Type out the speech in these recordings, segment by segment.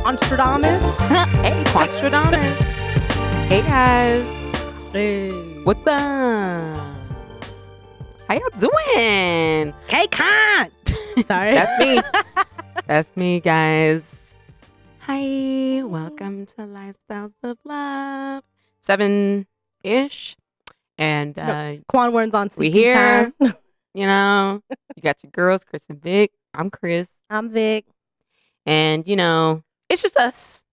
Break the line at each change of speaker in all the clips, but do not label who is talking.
Quanstradamus.
hey, Quastradamus. hey, guys.
Hey.
What's up? How y'all doing?
K Kant. Sorry.
That's me. That's me, guys. Hi. Welcome to Lifestyles of Love. Seven ish. And,
No.
uh,
Quan Warren's on
We
sleepy
here.
time.
you know, you got your girls, Chris and Vic. I'm Chris.
I'm Vic.
And, you know, it's just us.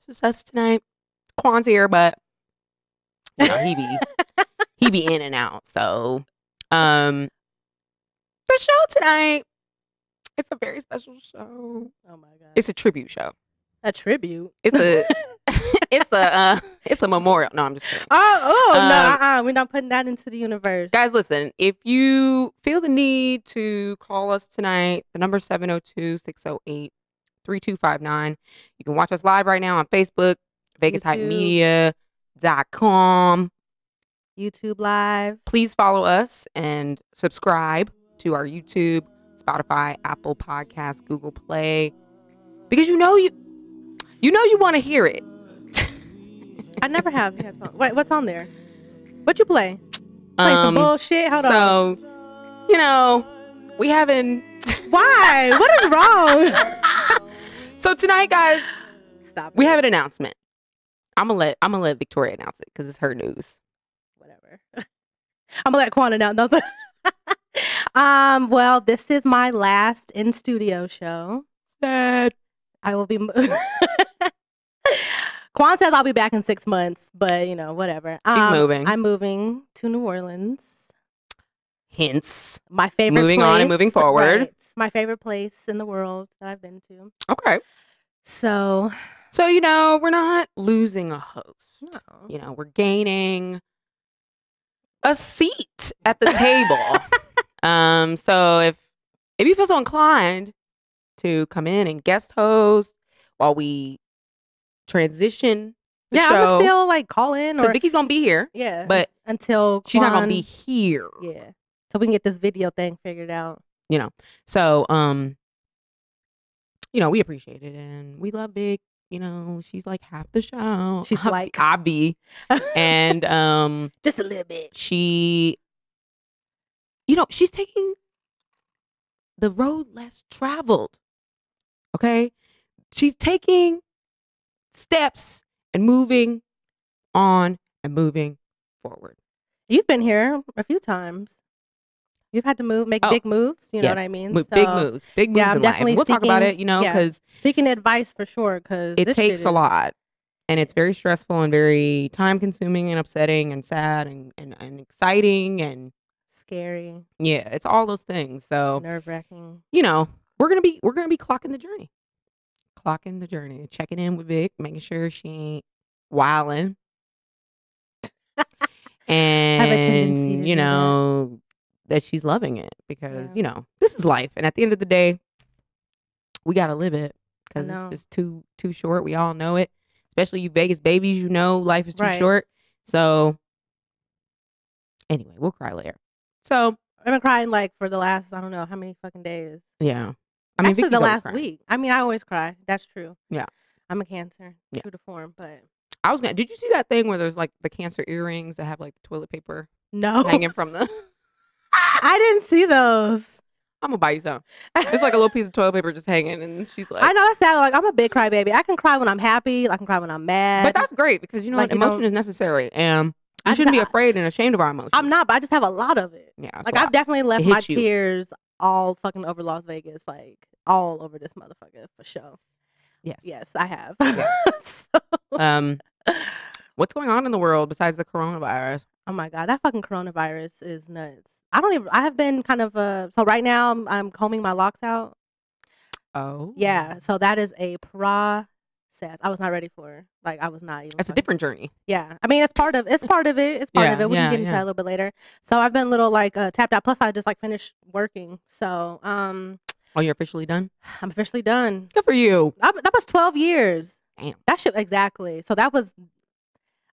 It's just us tonight. Quan's here, but you know, he be he be in and out. So um the show tonight. It's a very special show.
Oh my god.
It's a tribute show.
a tribute.
It's a it's a uh, it's a memorial. No, I'm just kidding.
Oh, oh
Um,
no, uh-uh. we're not putting that into the universe.
Guys, listen, if you feel the need to call us tonight, the number 702 608 3259. You can watch us live right now on Facebook, VegasHypeMedia.com.
YouTube Live.
Please follow us and subscribe to our YouTube, Spotify, Apple Podcasts, Google Play, because you know you you know you want to hear it.
I never have headphones. Wait, what's on there? What you play? Play some bullshit. Hold on.
Um, so, you know, we haven't.
Why? What is wrong?
So tonight, guys,
Stop. it.
We have an announcement. I'm gonna let I'm gonna let Victoria announce it because it's her news.
whatever. I'm gonna let Quan announce. No, um. Well, this is my last in studio show. Sad. I will be. mo- Quan says I'll be back in six months, but you know, whatever. Um,
moving.
I'm moving to New Orleans.
Hints.
My favorite.
Moving on and
place-
moving forward.
right, my favorite place in the world that I've been to.
Okay.
So.
So you know we're not losing a host.
no.
You know we're gaining a seat at the table. um. So if if you feel so inclined to come in and guest host while we transition, the
Yeah, I'm
show,
gonna still like call in
because
or
Vicky's gonna be here,
yeah,
but
until
she's not gonna
Quan-
be here.
Yeah. So we can get this video thing figured out.
you know. So, um, you know, we appreciate it and we love Big. You know, she's like half the show.
She's
Hobby-
like-
hobby, and um,
Just a little bit.
she, you know, she's taking the road less traveled. Okay, she's taking steps and moving on and moving forward.
You've been here a few times. You've had to move, make
Oh,
big moves. You know what
yes.
I mean?
Mo- big
So,
moves, big moves
yeah, I'm
in life.
definitely
We'll talk about
seeking-
it, you know,
yeah.
because
Seeking advice for sure, because
it takes a lot and it's very stressful and very time consuming and upsetting and sad and, and, and exciting and
Scary,
yeah it's all those things so
nerve wracking.
you know we're gonna be we're gonna be clocking the journey clocking the journey checking in with vic making sure she ain't wilding and
tendency to do
you
that.
know that. she's loving it because
Yeah.
you know this is life and at the end of the day we gotta live it
I
because
know.
it's just too too short we all know it especially you vegas babies you know life is too
Right.
short so anyway we'll cry later so
I've been crying like for the last, I don't know how many fucking days.
yeah i mean
Actually,
Vicky's
the
always
last
crying.
week. I mean, I always cry. That's true.
Yeah.
I'm a cancer,
Yeah.
true to form, but
I was gonna. Did you see that thing where there's like the cancer earrings that have like toilet paper
no.
hanging from the?
I didn't see those.
I'm gonna buy you some. It's like a little piece of toilet paper just hanging, and she's like,
I know that's sad. Like I'm a big crybaby. I can cry when I'm happy. I can cry when I'm mad.
But that's great because you know
Like,
what?
you don't-
emotion is necessary, and
I
you
just-
shouldn't be
I-
afraid and ashamed of our emotions.
I'm not. But I just have a lot of it.
Yeah,
like I've definitely left
It
my
hits you.
tears all fucking over Las Vegas. Like all over this motherfucker for sure.
yes.
Yes, I have.
Yeah.
So-
Um, what's going on in the world besides the coronavirus?
oh my god, that fucking coronavirus is nuts. I don't even. I have been kind of uh. So right now I'm, I'm combing my locks out.
Oh,
Yeah. So that is a process. I was not ready for. it. Like I was not even.
That's a
fucking-
different journey.
Yeah, I mean it's part of it's part of it. It's part of
Yeah,
it. We
yeah,
can get into
yeah.
that a little bit later. So I've been a little like uh, tapped out. Plus I just like finished working, so um
Oh, you're officially done.
I'm officially done.
Good for you.
That, that was 12 years.
Damn.
That shit exactly. So that was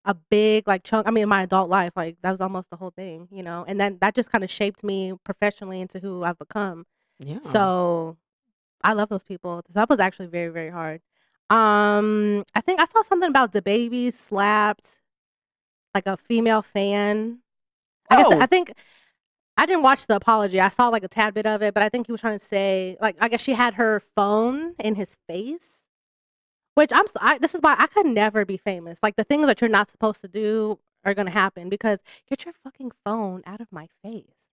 a big like chunk. I mean my adult life like that was almost the whole thing, you know. And then that just kind of shaped me professionally into who I've become.
Yeah.
So I love those people. That was actually very very hard. Um, I think I saw something about the baby slapped like a female fan. I guess
Oh.
I think I didn't watch the apology. I saw like a tad bit of it, but I think he was trying to say like I guess she had her phone in his face. Which I'm s- I, this is why I could never be famous. Like the things that you're not supposed to do are going to happen because get your fucking phone out of my face.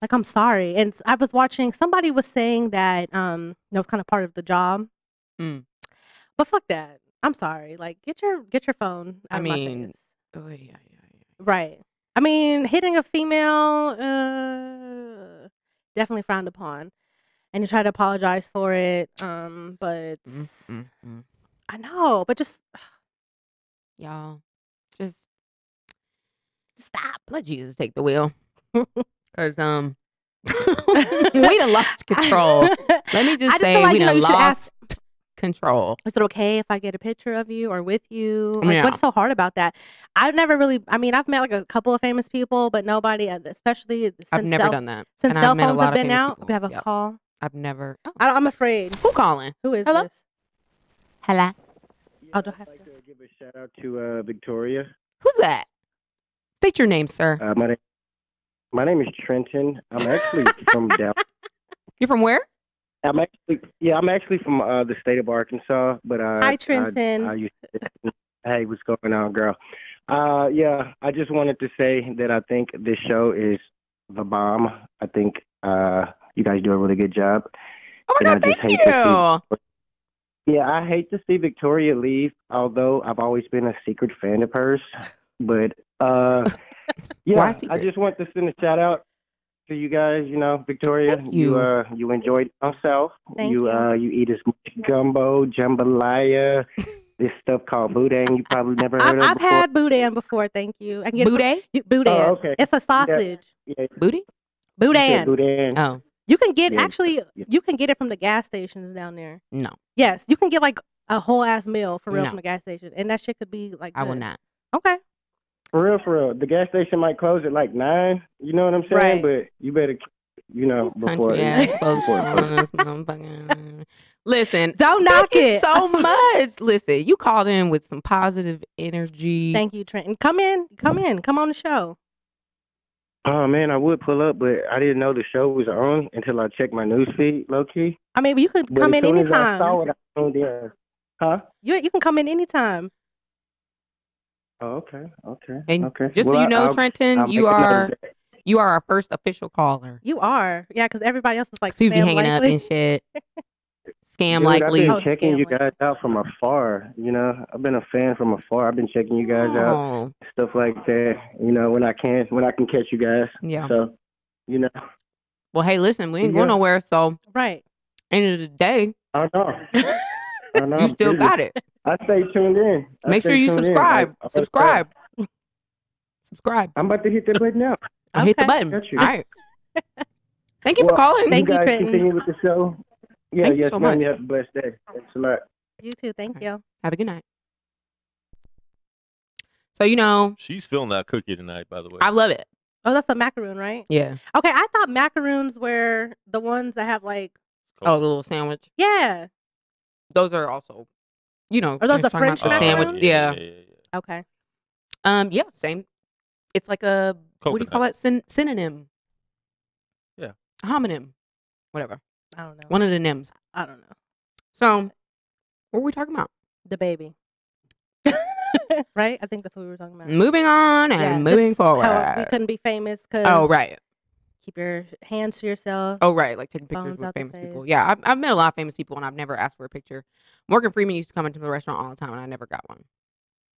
Like I'm sorry. And s- I was watching somebody was saying that um that was kind of part of the job.
Mm.
But fuck that. I'm sorry. Like get your get your phone
I
out of my
mean,
face.
Oh, yeah, yeah, yeah.
Right. I mean, hitting a female uh definitely frowned upon. And he tried to apologize for it. Um but
Mm, mm, mm.
I know, but just
Y'all, just
just stop.
let Jesus take the wheel. Because um, we done lost control. Let me just
I just feel
say,
like,
we
you know,
done
you should
lost
ask-
control.
is it okay if I get a picture of you or with you? Like,
Yeah.
what's so hard about that? I've never really. I mean, I've met like a couple of famous people, but nobody, uh, especially since
I've never
cell,
done that.
since
and
cell
I've met a
phones
lot
have
of
been
famous
out.
people.
We have a
Yep.
call.
I've never. Oh,
I, I'm afraid.
who calling?
Who is
Hello?
this?
Hello.
Oh, do I
I'd
have
like to give a shout out to uh, Victoria.
Who's that? State your name, sir.
Uh, my, name, my name is Trenton. I'm actually from Dallas.
You're from where?
I'm actually yeah, I'm actually from uh, the state of Arkansas, but uh,
Hi,
I-
Trenton.
I used to- hey, what's going on, girl? Uh, yeah, I just wanted to say that I think this show is the bomb. I think uh, you guys do a really good job.
Oh my
And I
god,
just
thank
hate that
you.
Yeah, I hate to see Victoria leave, although I've always been a secret fan of hers. But uh
Why
yeah, I
secret?
just want to send a shout out to you guys, you know, Victoria.
Thank you.
uh you enjoyed yourself.
Thank
you
you.
uh you eat as much gumbo, jambalaya, this stuff called boudin you probably never
I've,
heard of
I've
before.
had boudin before. Thank you. I can get it from-
Booty?
you- boudin.
Oh, okay.
It's a sausage.
Yeah,
Booty?
you said
Boudin.
boudin.
Oh,
You can get
Yeah,
actually.
yeah.
You can get it from the gas stations down there.
no,
Yes, you can get like a whole ass meal for real
No.
from the gas station, and that shit could be like.
I will
good.
not.
Okay.
For real, for real. The gas station might close at like nine, you know what I'm saying? But you better you know,
These
Oh, before
country ass
before-
folks
before-
on this motherfucking- Listen,
Don't knock
thank you
it.
so much. Listen, you called in with some positive energy.
Thank you, Trenton. Come in. Come in. Come on the show.
Oh man, I would pull up, but I didn't know the show was on until I checked my news feed, low key.
I mean, you can
But
come in
as soon as I
anytime.
saw it, I tuned in. Huh?
You you can come in anytime.
Oh, okay, okay,
And
okay.
Just so
Well,
you know,
I'll-
Trenton,
I'll
you
make a note of
are
that.
you are our first official caller.
You are. Yeah, because everybody else was like,
Like, you be
Sam
hanging up
Likely.
and shit. Scam
Dude,
likely.
I've
Oh,
been checking you
scam
guys out from afar. You know, I've been a fan from afar. I've been checking you guys out,
Oh,
stuff like that. You know, when I can, when I can catch you guys.
yeah.
So, you know,
Well, hey, listen, we ain't going
Yeah.
nowhere. So,
Right.
end of the day,
I don't know. I know.
you still got it.
I stay tuned in. I
Make sure
stay
you
tuned in.
subscribe.
I- I-
subscribe. subscribe.
I'm about to hit that button now.
Or Hit the
Okay.
button. All
Got you.
right. Thank you for
Well,
calling.
Thank you,
you guys
Trenton.
continue with the show. Yeah,
Thank you
yes,
so
ma'am.
much.
You have a blessed day. Thanks a lot.
You too. Thank
Okay.
you.
Have a good night. So you know,
She's feeling that cookie tonight, by the way.
I love it.
Oh, that's the macaroon, right?
Yeah.
Okay, I thought macaroons were the ones that have like,
Oh, the little sandwich.
yeah.
Those are also, you know,
Are those the
talking about
French
the sandwich.
macaroons?
Yeah.
yeah, yeah, yeah.
Okay.
Um. Yeah. Same. It's like a what do you call
Coconut.
it? Syn- synonym.
Yeah.
A homonym. Whatever.
I don't know.
One of the nims.
I don't know.
So, what were we talking about?
The baby. right? I think that's what we were talking about.
Moving on and
Uh, Yeah,
moving
just how
forward.
We couldn't be famous because.
Oh right.
Keep your hands to yourself.
Oh right. Like taking
Phones
pictures with
out the
famous people.
face.
Yeah. I've, I've met a lot of famous people and I've never asked for a picture. Morgan Freeman used to come into the restaurant all the time and I never got one.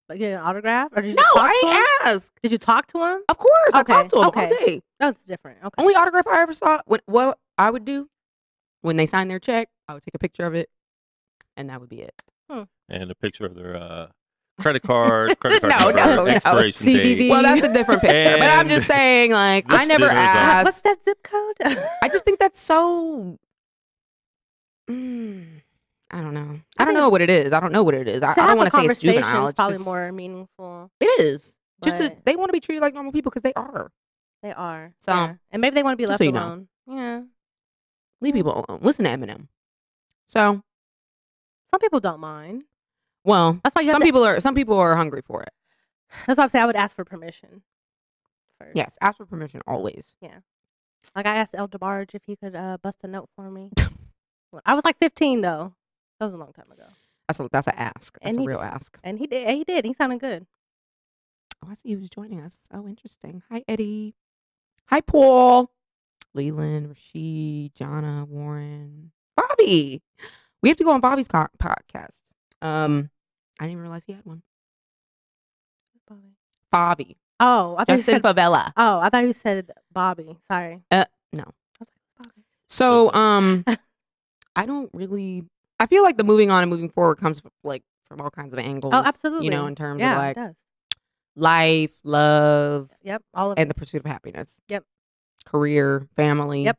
But Get an autograph? Or did you
No,
talk
I
to him?
ain't asked.
Did you talk to him?
Of course, I
Okay,
talked to him all
okay.
day.
That's different. Okay.
Only autograph I ever saw. When, what I would do when they signed their check, I would take a picture of it, and that would be it.
And a picture of their uh, credit card, credit card
No,
number,
no, no.
expiration
CVV.
date.
Well, that's a different picture. but I'm
And
just saying, like, I
this
never
dinner is on.
Uh, what's
asked.
that zip code?
I just think that's so. Mm, I don't know. I don't
think-
know what it is. I don't know what it is. I, I
to
don't
have
want
a
to say it's
conversation
juvenile.
is
It's
probably
just-
more meaningful.
It is. Just to,
But-
they want to be treated like normal people because they are.
They are.
So,
yeah. and maybe they want to be
just
left
so you know.
alone. Yeah.
Leave people alone. Listen to Eminem. So
Some people don't mind.
Well,
That's why you have
some
to,
people are some people are hungry for it.
That's why I'm saying I would ask for permission. First.
Yes, ask for permission always.
Like I asked El DeBarge if he could uh, bust a note for me. Well, I was like 15 though. That was a long time ago,
That's a that's a ask. That's
And
a
he-
real ask.
and he did. He did. He sounded good.
Oh, I see he was joining us. Oh, interesting. Hi, Eddie. Hi, Paul. Leland, Rashid, Jana, Warren, Bobby. We have to go on Bobby's co- podcast. Um, I didn't even realize he had one. Bobby,
Oh, I thought you said.
Justin Favela.
Oh, I thought you said Bobby. Sorry.
Uh, no.
I was like, Bobby.
So, um, I don't really. I feel like the moving on and moving forward comes like from all kinds of angles.
Oh, absolutely.
You know, in terms
yeah,
of
it
like
does.
life, love,
Yep, all of
and
it.
the pursuit of happiness.
Yep.
Career, family.
Yep.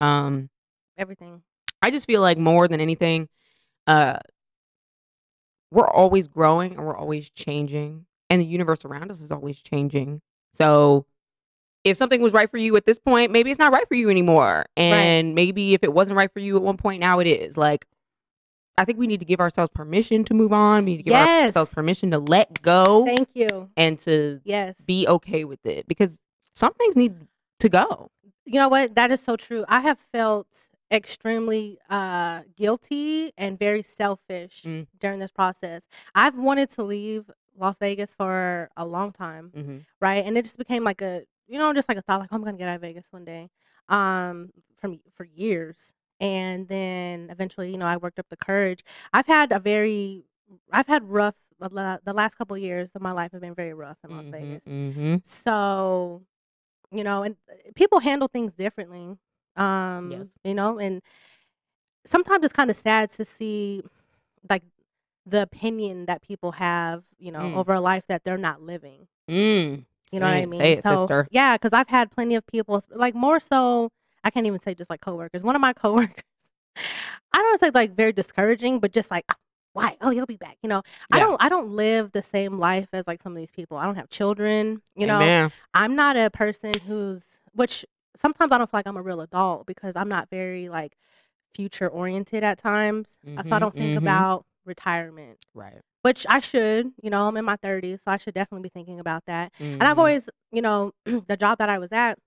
Um,
everything.
I just feel like more than anything, uh, we're always growing and we're always changing, and the universe around us is always changing. So, if something was right for you at this point, maybe it's not right for you anymore, and maybe if it wasn't right for you at one point, now it is. Like, I think we need to give ourselves permission to move on. We need to give
Yes.
ourselves permission to let go
Thank you.
and to
Yes.
be okay with it because some things need to go.
you know what? That is so true. I have felt extremely uh guilty and very selfish
Mm.
during this process. I've wanted to leave Las Vegas for a long time,
Mm-hmm.
right? And it just became like a you know, just like a thought like oh, I'm going to get out of Vegas one day. Um from for years. And then eventually, you know, I worked up the courage. I've had a very I've had rough a lot- the last couple years of my life have been very rough in Las Vegas.
Mm-hmm.
So, you know, and uh, people handle things differently. Um,
Yes.
you know, and sometimes it's kind of sad to see like the opinion that people have, you know,
Mm.
over a life that they're not living.
Mm.
You know what
Say
I
it,
mean?
Say it,
so,
sister.
Yeah, because I've had plenty of people, like more so, I can't even say just like coworkers. One of my coworkers, I don't say like very discouraging, but just like, "Ah, why? Oh, you'll be back. You know, I
Yeah.
don't, I don't live the same life as like some of these people. I don't have children. You know, I'm not a person who's which sometimes I don't feel like I'm a real adult because I'm not very like future oriented at times. Uh, so I
Mhm,
don't think
mhm.
about retirement,
right.
which I should. You know, I'm in my 30s, so I should definitely be thinking about that. And
Mm-hmm.
I've always, you know, the job that I was at,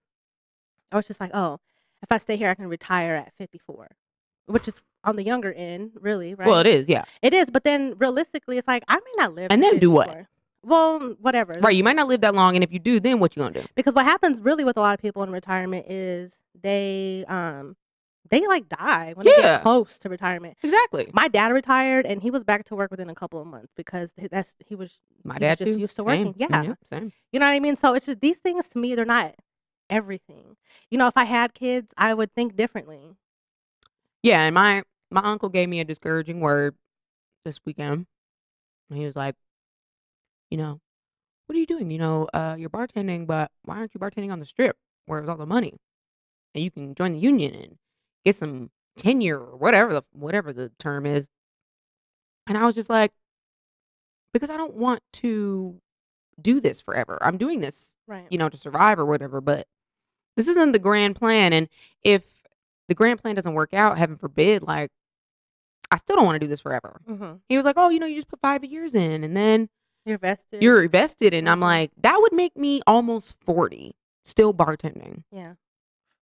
I was just like, oh, if I stay here, I can retire at 54, which is on the younger end, really, right?
well, it is, yeah,
It is, but then realistically, it's like I may not live.
And
to
then do what?
54. Well, whatever.
right. You might not live that long, and if you do, then what you gonna do?
because what happens really with a lot of people in retirement is they um they like die when they
Yeah.
get close to retirement.
Exactly.
My dad retired and he was back to work within a couple of months because th- that's he was
My
he was
dad
just
too.
used to
Same.
working. Yeah.
Yep, same.
you know what I mean? So it's just these things to me they're not everything. You know, if I had kids, I would think differently.
Yeah, and my my uncle gave me a discouraging word this weekend. And he was like, you know, what are you doing? You know, uh, you're bartending, but why aren't you bartending on the strip where it was all the money, and you can join the union and get some tenure or whatever the whatever the term is. And I was just like, because I don't want to do this forever. I'm doing this
Right.
you know, to survive or whatever. But this isn't the grand plan. And if the grand plan doesn't work out, heaven forbid, like, I still don't want to do this forever.
mm-hmm.
He was like, oh, you know, you just put five years in and then
You're vested.
you're invested. And I'm
Mhm.
like, that would make me almost 40 still bartending.
yeah.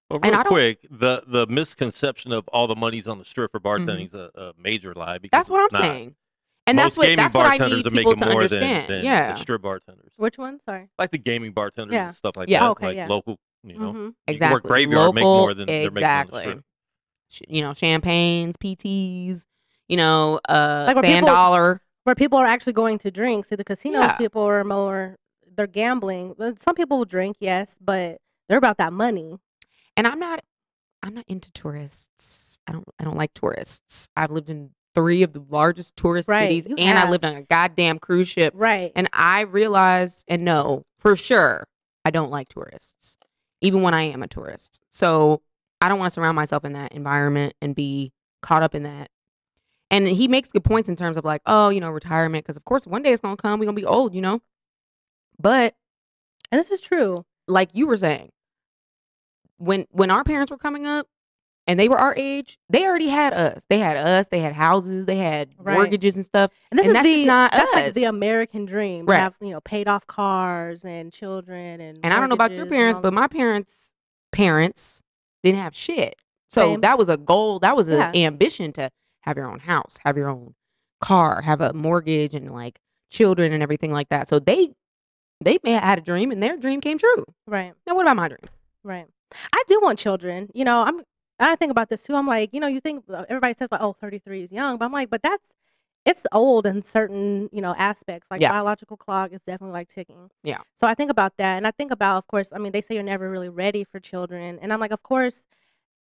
Well,
And
real
I don't-
quick, the the misconception of all the money's on the strip for bartending is a, a major lie. Because
Mm-hmm. That's what I'm
it's not.
saying. And that's
Most
what
gaming
that's what I
bartenders
need
are
people
making
to
more
understand.
than, than
yeah,
the strip bartenders,
Which one? Sorry.
like the gaming bartenders
Yeah.
and stuff like
Yeah. Mm-hmm.
that,
Okay,
like
yeah.
local, you know,
Mhm.
you can work
Exactly.
graveyard make more
Local-
than they're making on the
exactly.
strip.
Sh- you know, champagnes, PTs, you know, uh,
Like when
sand
people-
dollar.
where people are actually going to drink. See, the casinos
Yeah.
people are more they're gambling. Well, Some people will drink, yes, but they're about that money.
and I'm not I'm not into tourists. I don't I don't like tourists. I've lived in three of the largest tourist
Right,
cities
you
and I
have.
lived on a goddamn cruise ship.
Right.
And I realized and know for sure I don't like tourists. Even when I am a tourist. So I don't want to surround myself in that environment and be caught up in that. And he makes good points in terms of like, oh, you know, retirement, because of course one day it's gonna come, we're gonna be old, you know. But
and this is true.
like you were saying, when when our parents were coming up and they were our age, they already had us. They had us. They had houses. They had
Right.
mortgages and stuff.
And this
And
is
that's
the
just not
that's like
us.
the American dream. to
Right.
Have you know paid off cars and children and
And I don't know about your
mortgages um and
parents,
all
but
that.
my parents' parents didn't have shit. So
Same.
that was a goal. That was an
Yeah.
ambition to have your own house, have your own car, have a mortgage, and like children and everything like that. So they they may have had a dream, and their dream came true.
right,
Now, what about my dream?
right. I do want children. You know, I'm. I think about this too. I'm like, you know, you think everybody says like, oh, 33 is young, but I'm like, but that's it's old in certain you know aspects. Like
Yeah.
biological clock is definitely like ticking.
Yeah.
So I think about that, and I think about, of course, I mean, they say you're never really ready for children, and I'm like, of course,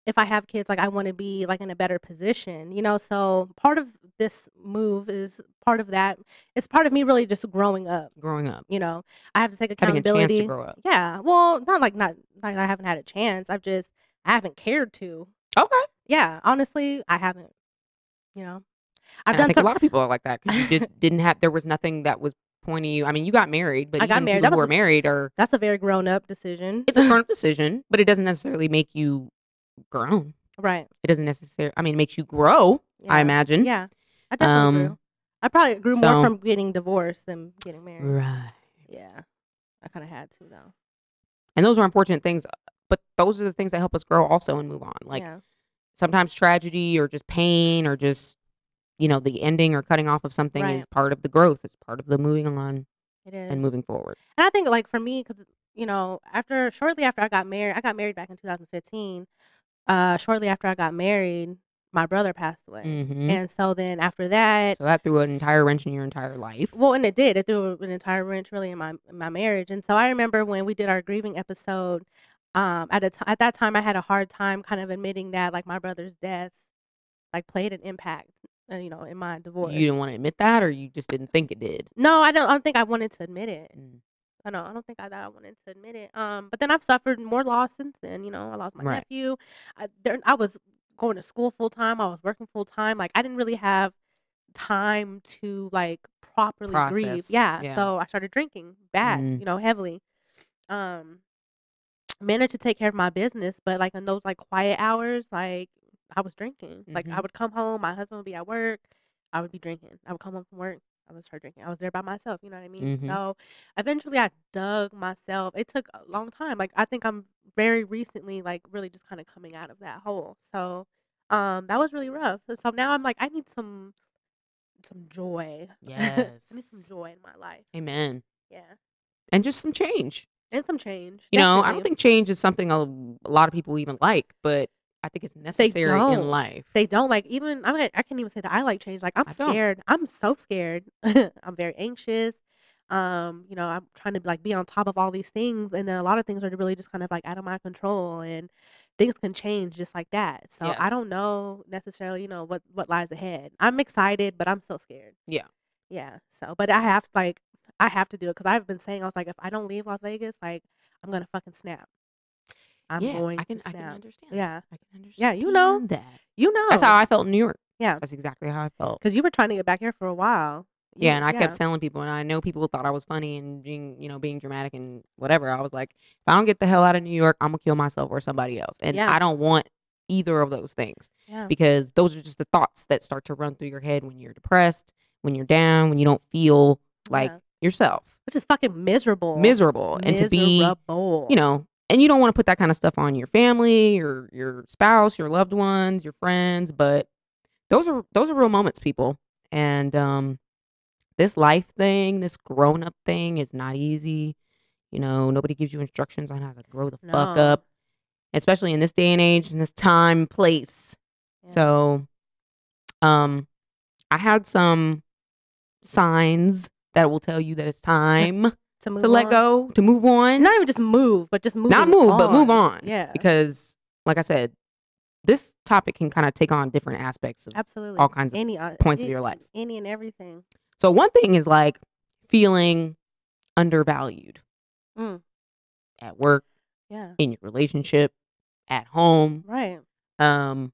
if I have kids, like I want to be like in a better position, you know. So part of this move is part of that. It's part of me really just growing up.
Growing up,
You know, I have to take
having a
accountability.
chance to grow up.
Yeah. Well, not like not like I haven't had a chance. I've just I haven't cared to.
Okay,
Yeah. Honestly, I haven't. You know, I've
And I
done
think
some.
a lot of people are like that 'cause you just didn't have. There was nothing that was pointing you. I mean, you got married, but
I got
even
married.
people
That
who
was
are
a-
married are
That's a very grown up decision.
it's a grown up decision, but it doesn't necessarily make you grown.
right.
It doesn't necessarily. I mean, it makes you grow. I
Yeah.
imagine.
Yeah. I definitely
Um,
grew. I probably grew
so-
more from getting divorced than getting married.
Right.
Yeah. I kind of had to though.
And those are important things, but those are the things that help us grow also and move on. Like
yeah.
sometimes tragedy or just pain or just you know the ending or cutting off of something
Right.
is part of the growth. It's part of the moving on
It is.
and moving forward.
And I think like for me, because you know, after shortly after I got married, I got married back in 2015. Uh, shortly after I got married, my brother passed away,
hmm
and so then after that,
So that threw an entire wrench in your entire life.
well, and it did. It threw an entire wrench really in my in my marriage. And so I remember when we did our grieving episode. Um, at a t- at that time, I had a hard time kind of admitting that like my brother's death, like played an impact, uh, you know, in my divorce.
You didn't want to admit that, or you just didn't think it did.
no, I don't. I don't think I wanted to admit it.
Mm.
I know. I don't think I that I wanted to admit it. Um, but then I've suffered more loss since then. You know, I lost my
Right.
nephew. I, there, I was going to school full time. I was working full time. Like I didn't really have time to like properly grieve.
Process,
Yeah,
yeah.
So I started drinking bad.
Mm.
You know, heavily. Um, managed to take care of my business, but like in those like quiet hours, like I was drinking. Like I
Mhm.
would come home. My husband would be at work. I would be drinking. I would come home from work. I would start drinking. I was there by myself. You know what I mean?
Mhm.
So eventually I dug myself. It took a long time. Like I think I'm very recently like really just kind of coming out of that hole. So um that was really rough. And So now I'm like I need some some joy. I need some
Yes.
joy in my life.
Amen.
Yeah.
And just some change.
And some change.
You know, I don't
definitely.
think change is something a, a lot of people even like, but I think it's necessary in
don't.
life.
they don't like even I'm like, I can't even say that I like change. Like I'm
I don't.
scared. I'm so scared. I'm very anxious. Um, you know, I'm trying to like be on top of all these things and then a lot of things are really just kind of like out of my control and things can change just like that. So I
Yes.
don't know necessarily, you know, what what lies ahead. I'm excited, but I'm still scared.
Yeah.
Yeah. So, but I have like I have to do it cuz I've been saying I was like if I don't leave Las Vegas, like I'm going to fucking snap. I'm
yeah,
going
I can,
to
I
snap.
can understand. that.
yeah.
I can understand.
Yeah, you know.
that.
You know.
That's how I felt in New York.
Yeah.
That's exactly how I felt.
because you were trying to get back here for a while. You-
Yeah, and I kept telling people, and I know people thought I was funny and being, you know, being dramatic and whatever. I was like, if I don't get the hell out of New York, I'm gonna kill myself or somebody else, and
Yeah.
I don't want either of those things
yeah,
because those are just the thoughts that start to run through your head when you're depressed, when you're down, when you don't feel like
Yeah.
yourself,
which is fucking miserable,
miserable, and to be
miserable.
you know, and you don't want to put that kind of stuff on your family, your your spouse, your loved ones, your friends, but those are those are real moments, people. And um this life thing, this grown up thing is not easy. You know, nobody gives you instructions on how to grow the fuck
No.
up, especially in this day and age, in this time, place.
Yeah.
So um I had some signs that will tell you that it's time
to, move
to let
on.
go, to move on
And not even just move, but just move.
not move, but move on.
Yeah,
Because, like I said, this topic can kind of take on different aspects. Of,
absolutely.
all kinds of
any uh,
points of
a-
your life.
any and everything.
so, one thing is like feeling undervalued
Mm.
at work,
Yeah,
in your relationship, at home,
right.
um,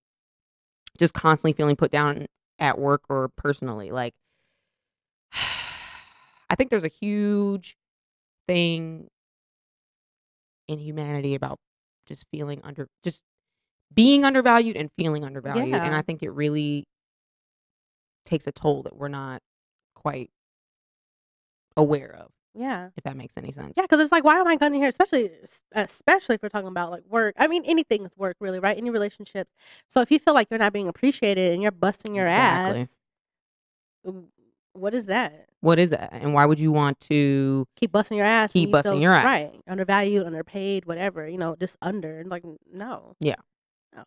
just constantly feeling put down at work or personally. Like, I think there's a huge thing in humanity about just feeling under, just being undervalued and feeling undervalued. And
Yeah.
I think it really takes a toll that we're not quite aware of,
Yeah.
if that makes any sense.
Yeah, because it's like, why am I going to here? Especially, especially if we're talking about like work. I mean, anything's work, really, right? Any relationships. So if you feel like you're not being appreciated and you're busting your
Exactly.
ass, w- what is that?
What is that? And why would you want to
Keep busting your ass. and
Keep
you
busting
feel-
your ass.
Right. Undervalued, underpaid, whatever. You know, just under. and, Like, n- no.
Yeah.
No.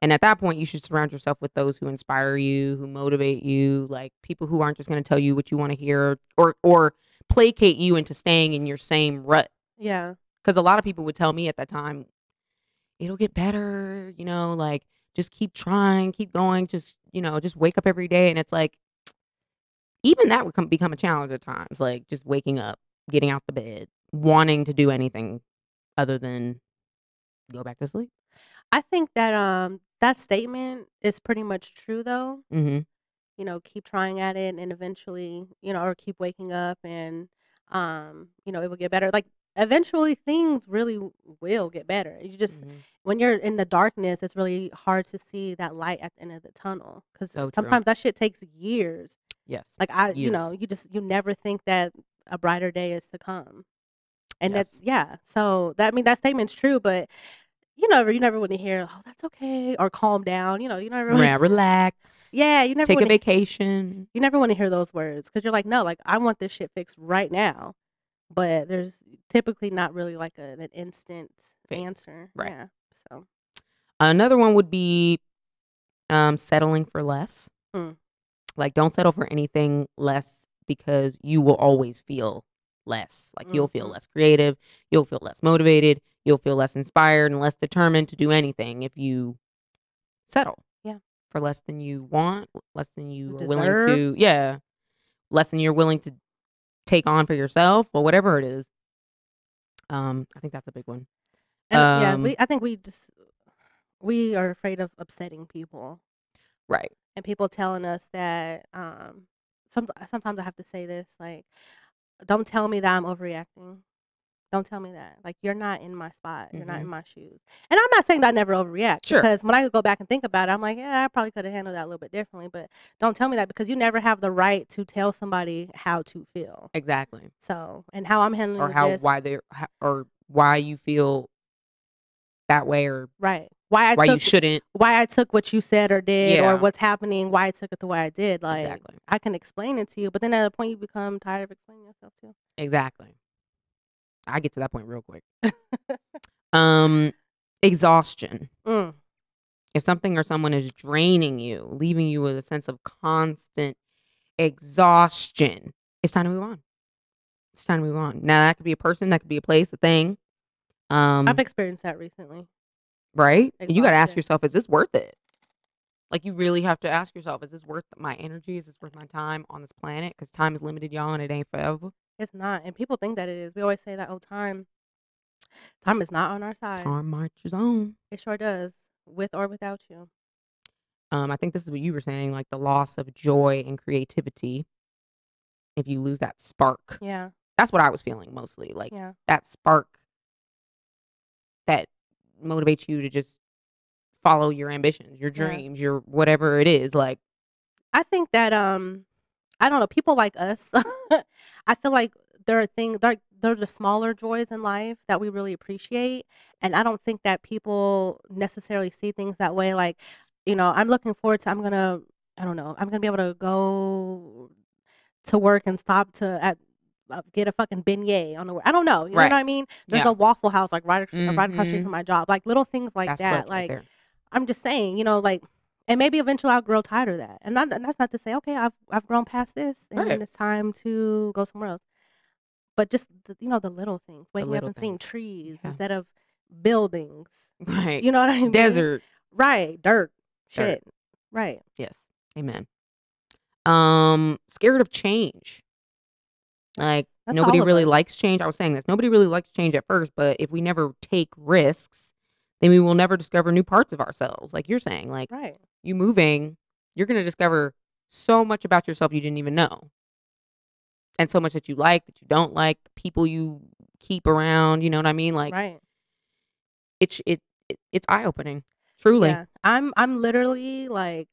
And at that point, you should surround yourself with those who inspire you, who motivate you, like people who aren't just going to tell you what you want to hear or or placate you into staying in your same rut.
Yeah.
Because a lot of people would tell me at that time, it'll get better, you know, like just keep trying, keep going, just you know, just wake up every day. And it's like, even that would come, become a challenge at times, like just waking up, getting out the bed, wanting to do anything other than go back to sleep.
I think that um that statement is pretty much true though.
Mm-hmm.
You know, keep trying at it and eventually, you know, or keep waking up and um, you know, it will get better. Like eventually things really w- will get better. You just
Mm-hmm.
when you're in the darkness, it's really hard to see that light at the end of the tunnel cuz
So true.
sometimes that shit takes years.
Yes.
Like I, you
Years.
know, you just you never think that a brighter day is to come, and
Yes.
that's yeah. So that I mean that statement's true, but you never you never want to hear oh that's okay or calm down. You know you never
Yeah, relax.
yeah you never
Take a
wanna,
vacation.
you never want to hear those words because you're like no like I want this shit fixed right now, but there's typically not really like a, an instant
Fix,
answer
right.
Yeah, so
Another one would be um, settling for less.
Mm.
Like, don't settle for anything less because you will always feel less. Like, you'll feel
Mhm.
less creative. You'll feel less motivated. You'll feel less inspired and less determined to do anything if you settle.
Yeah.
For less than you want, less than you are willing
Deserve.
to. Yeah. Less than you're willing to take on for yourself or whatever it is. Um, I think that's a big one.
and yeah
Um,
we I think we just we are afraid of upsetting people.
Right.
and people telling us that um some, sometimes i have to say this like don't tell me that i'm overreacting don't tell me that like you're not in my spot you're not in my shoes and i'm not saying that i never overreact
Mm-hmm. Sure.
because when i go back and think about it i'm like yeah i probably could have handled that a little bit differently but don't tell me that because you never have the right to tell somebody how to feel
Exactly.
so and how i'm handling
Or how
this,
why they are or why you feel that way or
right why i
why
took
you shouldn't.
why i took what you said or did
Yeah.
or what's happening why i took it the way i did like
exactly.
I can explain it to you, but then at a point you become tired of explaining yourself too.
Exactly. I get to that point real quick. um exhaustion.
Mm.
If something or someone is draining you, leaving you with a sense of constant exhaustion, it's time to move on. It's time to move on. Now that could be a person, that could be a place, a thing. Um
I've experienced that recently.
right? And you got to ask
Exhaustion.
yourself, is this worth it? Like, you really have to ask yourself, is this worth my energy? Is this worth my time on this planet? Because time is limited, y'all, and it ain't forever.
It's not, and people think that it is. We always say that, "Oh, time, time is not on our side."
Time marches on.
It sure does, with or without you.
Um, I think this is what you were saying, like the loss of joy and creativity. If you lose that spark,
Yeah,
that's what I was feeling mostly. Like
yeah,
that spark that motivates you to just follow your ambitions, your
Yeah.
dreams, your whatever it is. Like,
I think that um, I don't know. People like us, I feel like there are things like there are the smaller joys in life that we really appreciate, and I don't think that people necessarily see things that way. Like, you know, I'm looking forward to I'm gonna I don't know I'm gonna be able to go to work and stop to at uh, get a fucking beignet on the way. I don't know. You
Right.
know what I mean? There's
Yeah.
a Waffle House like right, ac- right across the
Mhm.
street from my job. Like little things like
that's
that.
clutch right
Like
there.
I'm just saying, you know, like, and maybe eventually I'll grow tired of that. And not, and that's not to say, okay, I've I've grown past this, and
Right.
then it's time to go somewhere else. But just the, you know, the little things, waking
little
up and seeing
things.
trees
Yeah.
instead of buildings.
right.
You know what I mean?
Desert.
right? Dirt,
Dirt.
shit, right?
Yes. Amen. Um, scared of change. Like
That's
nobody
all of
really
us.
likes change. I was saying this. Nobody really likes change at first, but if we never take risks, then we will never discover new parts of ourselves. Like you're saying, like
Right?
you moving, you're going to discover so much about yourself you didn't even know. And so much that you like, that you don't like, the people you keep around, you know what I mean? Like
right?
it's it, it it's eye-opening. Truly.
Yeah. I'm I'm literally like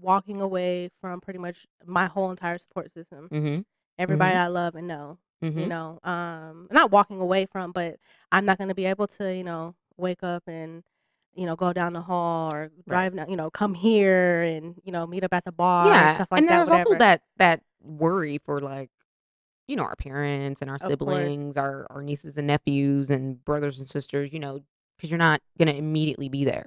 walking away from pretty much my whole entire support system.
hmm
Everybody I love and know.
hmm
You know. Um not walking away from, but I'm not gonna be able to, you know, wake up and you know, go down the hall or drive down, you know, come here and, you know, meet up at the bar
yeah.
and stuff like
and
that.
there's
whatever.
also that that worry for like, you know, our parents and our
course.
siblings, our our nieces and nephews and brothers and sisters. You know, because you're not gonna immediately be there.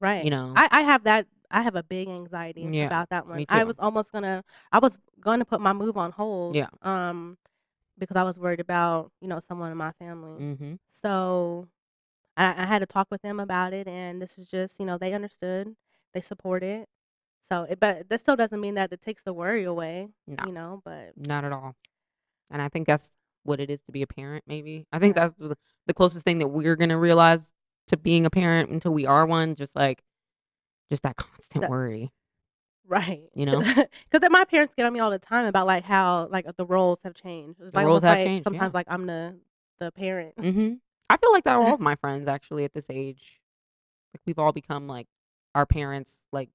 right.
You know.
I, I have that I have a big anxiety
Yeah,
about that one.
me
I
too.
was almost gonna I was gonna put my move on hold.
Yeah.
Um because I was worried about, you know, someone in my family.
hmm
So I, I had to talk with them about it and this is just, you know, they understood. They support it. So it, but that still doesn't mean that it takes the worry away.
No.
You know, but
Not at all. And I think that's what it is to be a parent, maybe. I think that's the the closest thing that we're going to realize to being a parent until we are one, just like, just that constant
That-
worry.
right.
You know?
Because my parents get on me all the time about like how like the roles have changed. It's
The
like
roles
almost
have
like
changed, yeah.
sometimes like I'm the the parent.
hmm I feel like that all of my friends actually at this age, like we've all become like our parents, like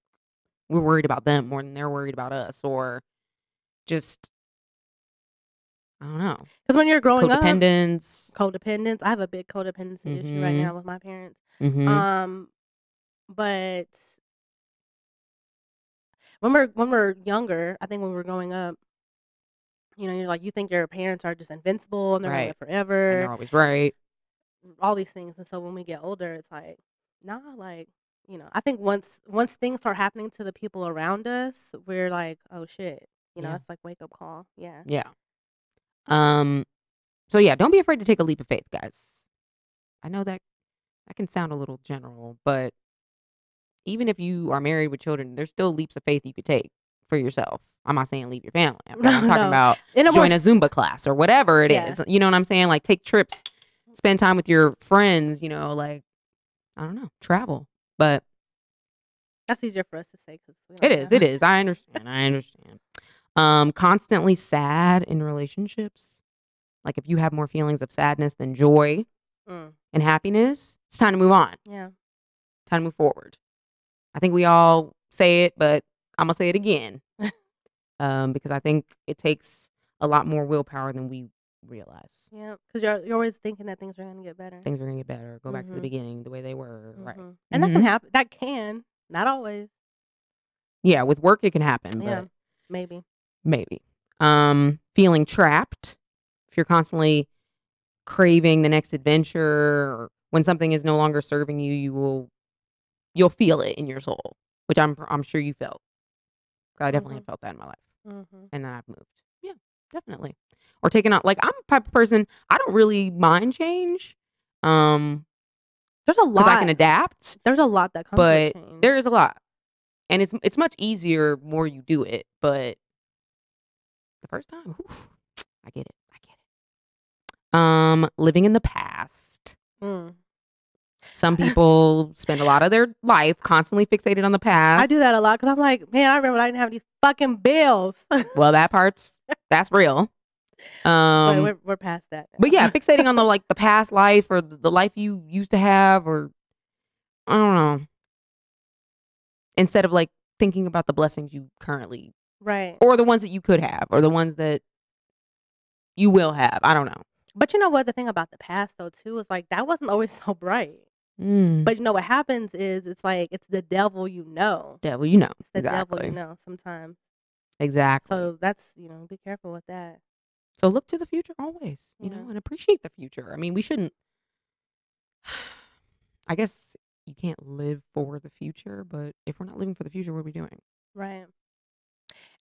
we're worried about them more than they're worried about us or just, I don't know,
Because when you're growing up, Uh,
codependence.
codependence. I have a big codependency issue right
Mhm.
now with my parents.
Mhm.
Um, but when we're when we're younger, I think when we're growing up, you know, you're like you think your parents are just invincible and they're gonna
Right.
live forever,
and they're always right.
all these things. And so when we get older, it's like, nah, like you know, I think once once things start happening to the people around us, we're like, oh shit, you know,
Yeah.
it's like wake up call. Yeah,
Yeah. Um. So yeah, don't be afraid to take a leap of faith, guys. I know that that can sound a little general, but even if you are married with children, there's still leaps of faith you could take for yourself. I'm not saying leave your family. but I'm talking
No.
about
in
join a
more
Zumba class or whatever it
Yeah.
is. You know what I'm saying? Like take trips, spend time with your friends. You know, like I don't know, travel. But
that's easier for us to say because
it is, it is. I understand. I understand. Um, constantly sad in relationships. Like if you have more feelings of sadness than joy,
Mm,
and happiness, it's time to move on,
yeah.
time to move forward. I think we all say it, but I'm going to say it again um, because I think it takes a lot more willpower than we realize.
Yeah, because you're you're always thinking that things are gonna get better,
Things are going to get better, go back to the
Mhm.
beginning the way they were. Right.
Mhm. And that can
Mhm.
happen. That can, not always,
Yeah, with work, it can happen, but
Yeah. maybe.
maybe. Um, feeling trapped. If you're constantly craving the next adventure or when something is no longer serving you, you will you'll feel it in your soul, which I'm I'm sure you felt. 'Cause I definitely have felt that in my life.
Mm-hmm.
and then I've moved. Yeah, definitely. Or taking out like I'm a type of person I don't really mind change. Um,
There's a
'cause
lot.
I can adapt,
There's a lot that comes.
but
with change.
there is a lot, and it's it's much easier more you do it. But the first time, oof, I get it. I get it. Um, living in the past.
Mm.
Some people spend a lot of their life constantly fixated on the past.
I do that a lot because I'm like, man, I remember when I didn't have these fucking bills. but
Well, that part's that's real. Um,
we're, we're past that.
But
now.
yeah, fixating on the like the past life or the the life you used to have or I don't know. Instead of like thinking about the blessings you currently
right.
or the ones that you could have or the ones that you will have. I don't know.
But you know what? The thing about the past though too is like that wasn't always so bright.
Mm.
But you know what happens is it's like it's the devil you know.
Devil, you know.
It's the
exactly.
devil you know sometimes.
Exactly. So,
So that's you know be careful with that.
look to the future always, you know,
Yeah.
and appreciate the future. I mean, we shouldn't I guess you can't live for the future, but if we're not living for the future, what are we doing?
Right.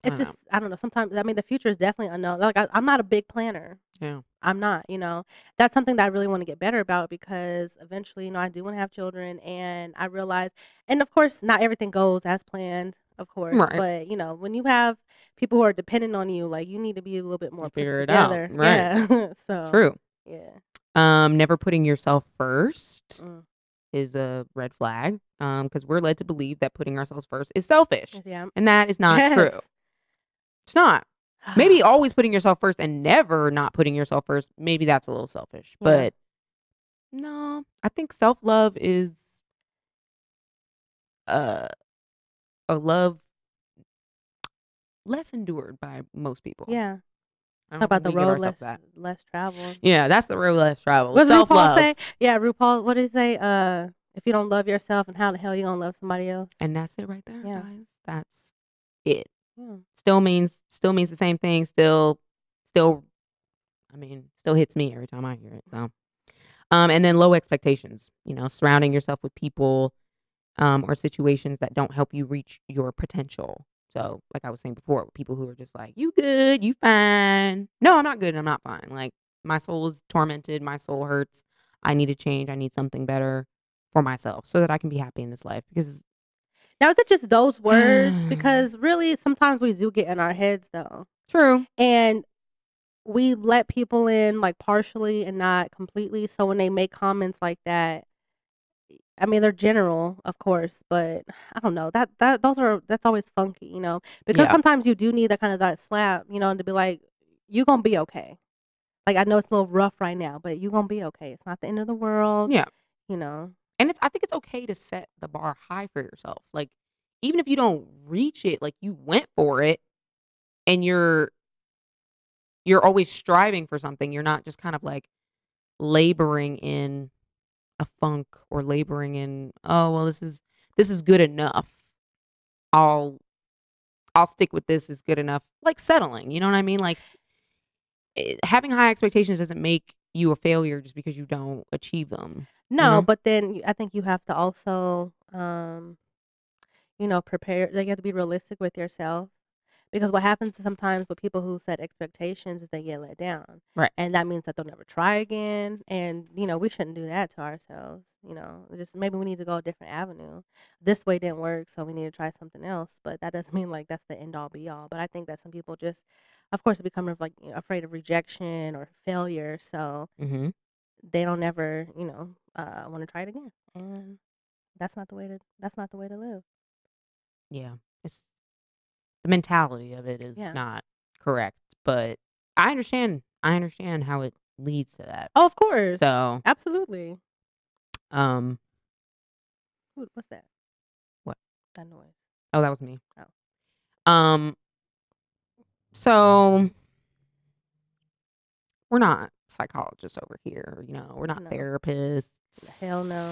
I
It's
don't know.
just I don't know. Sometimes I mean the future is definitely unknown. Like I, I'm not a big planner.
Yeah.
I'm not. You know, that's something that I really want to get better about because eventually, you know, I do want to have children, and I realize, and of course, not everything goes as planned. Of course,
Right.
but you know, when you have people who are dependent on you, like you need to be a little bit more put
figure it out,
together.
right.
Yeah. so
True.
Yeah.
Um, never putting yourself first
Mm.
is a red flag. Um, because we're led to believe that putting ourselves first is selfish,
Yeah.
and that is not true.
Yes.
It's not. Maybe always putting yourself first and never not putting yourself first. Maybe that's a little selfish,
Yeah.
but no, I think self love is uh a love less endured by most people.
Yeah.
I
How
don't
about the
think we give
road less
ourselves that.
less traveled?
Yeah, that's the road less traveled.
What does
Self
RuPaul
love,
say? Yeah, RuPaul. What did he say? Uh, if you don't love yourself, and how the hell you gonna love somebody else?
and that's it right there,
Yeah.
guys. That's it.
Yeah.
Still means still means the same thing. Still, still, I mean, still hits me every time I hear it. So, um, and then low expectations. You know, surrounding yourself with people, um, or situations that don't help you reach your potential. So, like I was saying before, people who are just like, "You good? You fine?" No, I'm not good. and I'm not fine. Like my soul is tormented. My soul hurts. I need to change. I need something better for myself so that I can be happy in this life. Because
Now is it just those words? because really, sometimes we do get in our heads though,
true,
and we let people in like partially and not completely. So when they make comments like that, e, I mean they're general, of course, but I don't know that that those are that's always funky, you know, because
Yeah.
sometimes you do need that kind of that slap, you know, and to be like, you're gonna be okay. Like I know it's a little rough right now, but you're gonna be okay. It's not the end of the world.
Yeah.
you know.
and it's I think it's okay to set the bar high for yourself. Like even if you don't reach it, like you went for it, and you're you're always striving for something. You're not just kind of like laboring in a funk or laboring in oh well this is this is good enough. I'll I'll stick with this is good enough. Like settling, you know what I mean? Like it, having high expectations doesn't make you a failure just because you don't achieve them.
No,
know?
but then you- I think you have to also, um, you know, prepare. Like you have to be realistic with yourself, because what happens sometimes with people who set expectations is they get let down,
Right.
And that means that they'll never try again. And you know, we shouldn't do that to ourselves. You know, just maybe we need to go a different avenue. This way didn't work, so we need to try something else. But that doesn't mean like that's the end all be all. But I think that some people just, of course, become of, like you know, afraid of rejection or failure. So
Mm-hmm.
they don't ever, you know, uh, want to try it again, and that's not the way to. That's not the way to live.
yeah it's the mentality of it is
Yeah.
not correct but i understand i understand how it leads to that
Oh, of course,
so
absolutely.
um
Ooh, what's that?
What?
That noise.
oh that was me
Oh.
um so we're not psychologists over here you know we're not
No.
therapists
Hell no.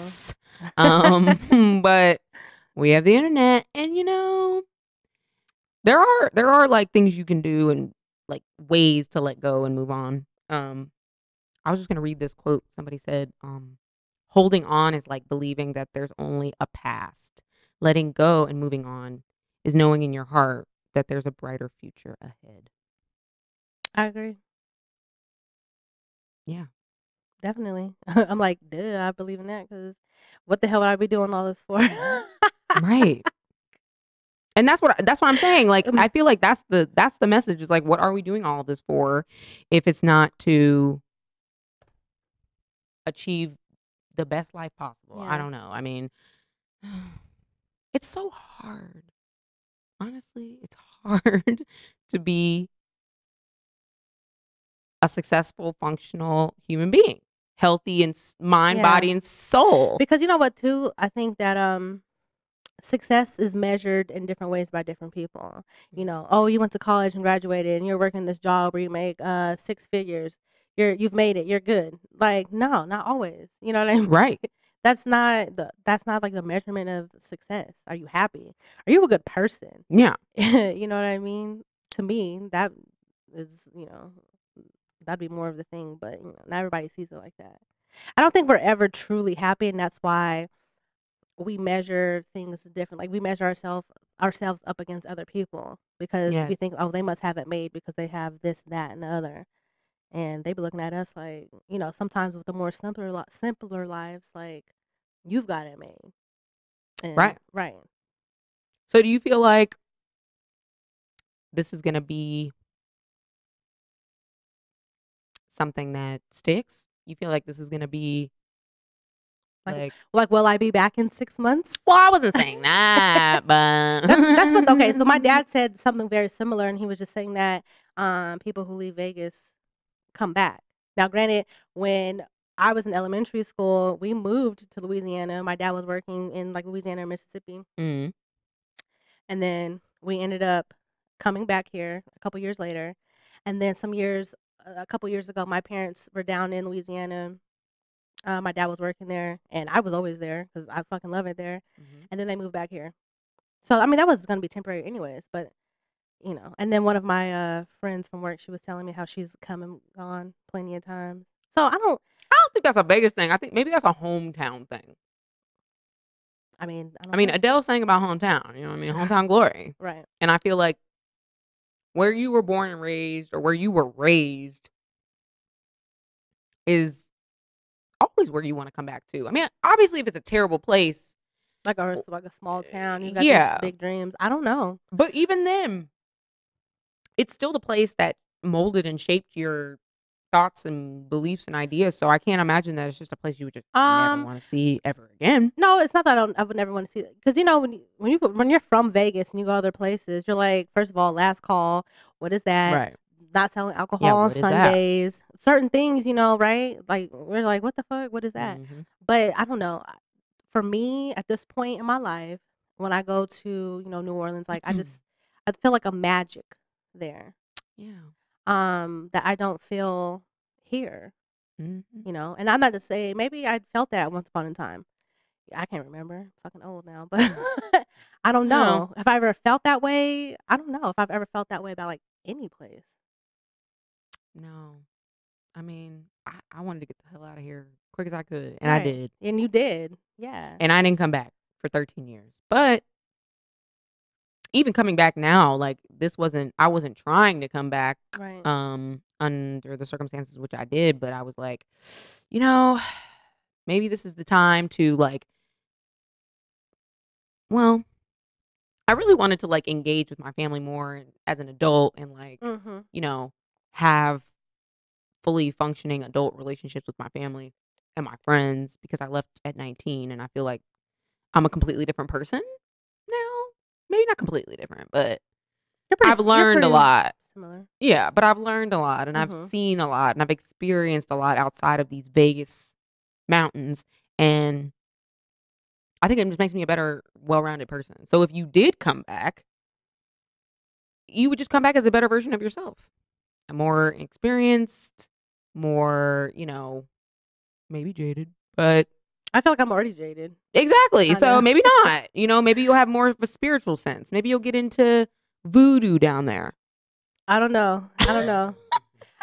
um but we have the internet and you know there are there are like things you can do and like ways to let go and move on um i was just going to read this quote somebody said um holding on is like believing that there's only a past letting go and moving on is knowing in your heart that there's a brighter future ahead
I agree.
Yeah.
definitely. I'm like, duh, I believe in that because what the hell would I be doing all this for?
right and that's what that's what i'm saying like
Um,
i feel like that's the that's the message is like what are we doing all this for if it's not to achieve the best life possible i
Yeah.
don't know i mean it's so hard honestly it's hard to be a successful functional human being healthy in s- mind
Yeah.
body and soul
because you know what? Too, I think that um, success is measured in different ways by different people. You know, oh, you went to college and graduated, and you're working this job where you make uh six figures. You're you've made it. You're good. Like, no, not always. You know what I mean?
right
That's not the that's not like the measurement of success. Are you happy? Are you a good person?
yeah
you know what I mean? To me, that is you know that'd be more of the thing, but you know, not everybody sees it like that. I don't think we're ever truly happy, and that's why we measure things different. Like we measure ourselves ourselves up against other people because we
Yes.
think, oh, they must have it made because they have this, that, and the other, and they be looking at us like, you know, sometimes with the more simpler, li- simpler lives, like you've got it made, And-
Right.
Right.
So do you feel like this is going to be something that sticks? You feel like this is going to be
Like-
like,
Like, will I be back in six months?
well, I wasn't saying that, but
that's that's what okay. So my dad said something very similar, and he was just saying that um, people who leave Vegas come back. Now, granted, when I was in elementary school, we moved to Louisiana. My dad was working in like Louisiana or Mississippi.
Mm.
And then we ended up coming back here a couple years later. And then some years, uh, a couple years ago, my parents were down in Louisiana. Uh, my dad was working there, and I was always there because I fucking love it there.
Mm-hmm.
And then they moved back here. So I mean, that was gonna be temporary, anyways. But you know, and then one of my uh, friends from work, she was telling me how she's come and gone plenty of times. So I don't.
I don't think that's a Vegas thing. I think maybe that's a hometown thing.
I mean, I, don't
I mean,
know.
Adele sang about hometown. You know what I mean? Hometown glory.
right?
And I feel like where you were born and raised or where you were raised is always where you want to come back to. I mean, obviously, if it's a terrible place,
Like or it's like a small town, you got
Eh, yeah.
these big dreams. I don't know.
but even then, it's still the place that molded and shaped your thoughts and beliefs and ideas. So I can't imagine that it's just a place you would just
Um,
never want to see ever again.
No, it's not that I, don't, I would never want to see because you know when you, when you when you're from Vegas and you go other places, you're like, first of all, last call. What is that?
Right.
Not selling alcohol
what
on
is that?
Sundays. Certain things, you know, right? Like we're like, what the fuck? What is that? But I don't know. I- For me, at this point in my life, when I go to you know New Orleans, like
Mm-hmm.
I just I feel like a magic there,
Yeah.
um, that I don't feel here,
Mhm.
you know. And I'm not to say maybe I felt that once upon a time. I can't remember. I'm fucking old now, but I don't
No.
know if I ever felt that way. I don't know if I've ever felt that way about like any place.
No. I mean, I, I wanted to get the hell out of here quick as I could. And I
Right.
did.
And you did, yeah.
And I didn't come back for 13 years. But even coming back now, like this wasn't I wasn't trying to come back
right.
um under the circumstances which I did, but I was like, you know, maybe this is the time to like well, I really wanted to like engage with my family more and- as an adult and like
mm-hmm.
you know, have fully functioning adult relationships with my family and my friends because I left at 19 and I feel like I'm a completely different person now. Maybe not completely different, but I've learned a lot.
Similar.
Yeah, but I've learned a lot and
Mhm.
I've seen a lot and I've experienced a lot outside of these Vegas mountains. And I think it just makes me a better, well rounded person. So if you did come back, you would just come back as a better version of yourself, a more experienced, more, you know, maybe jaded, but
I feel like I'm already jaded.
Exactly.
I know.
So maybe not. You know, maybe you'll have more of a spiritual sense. Maybe you'll get into voodoo down there.
I don't know. I don't know.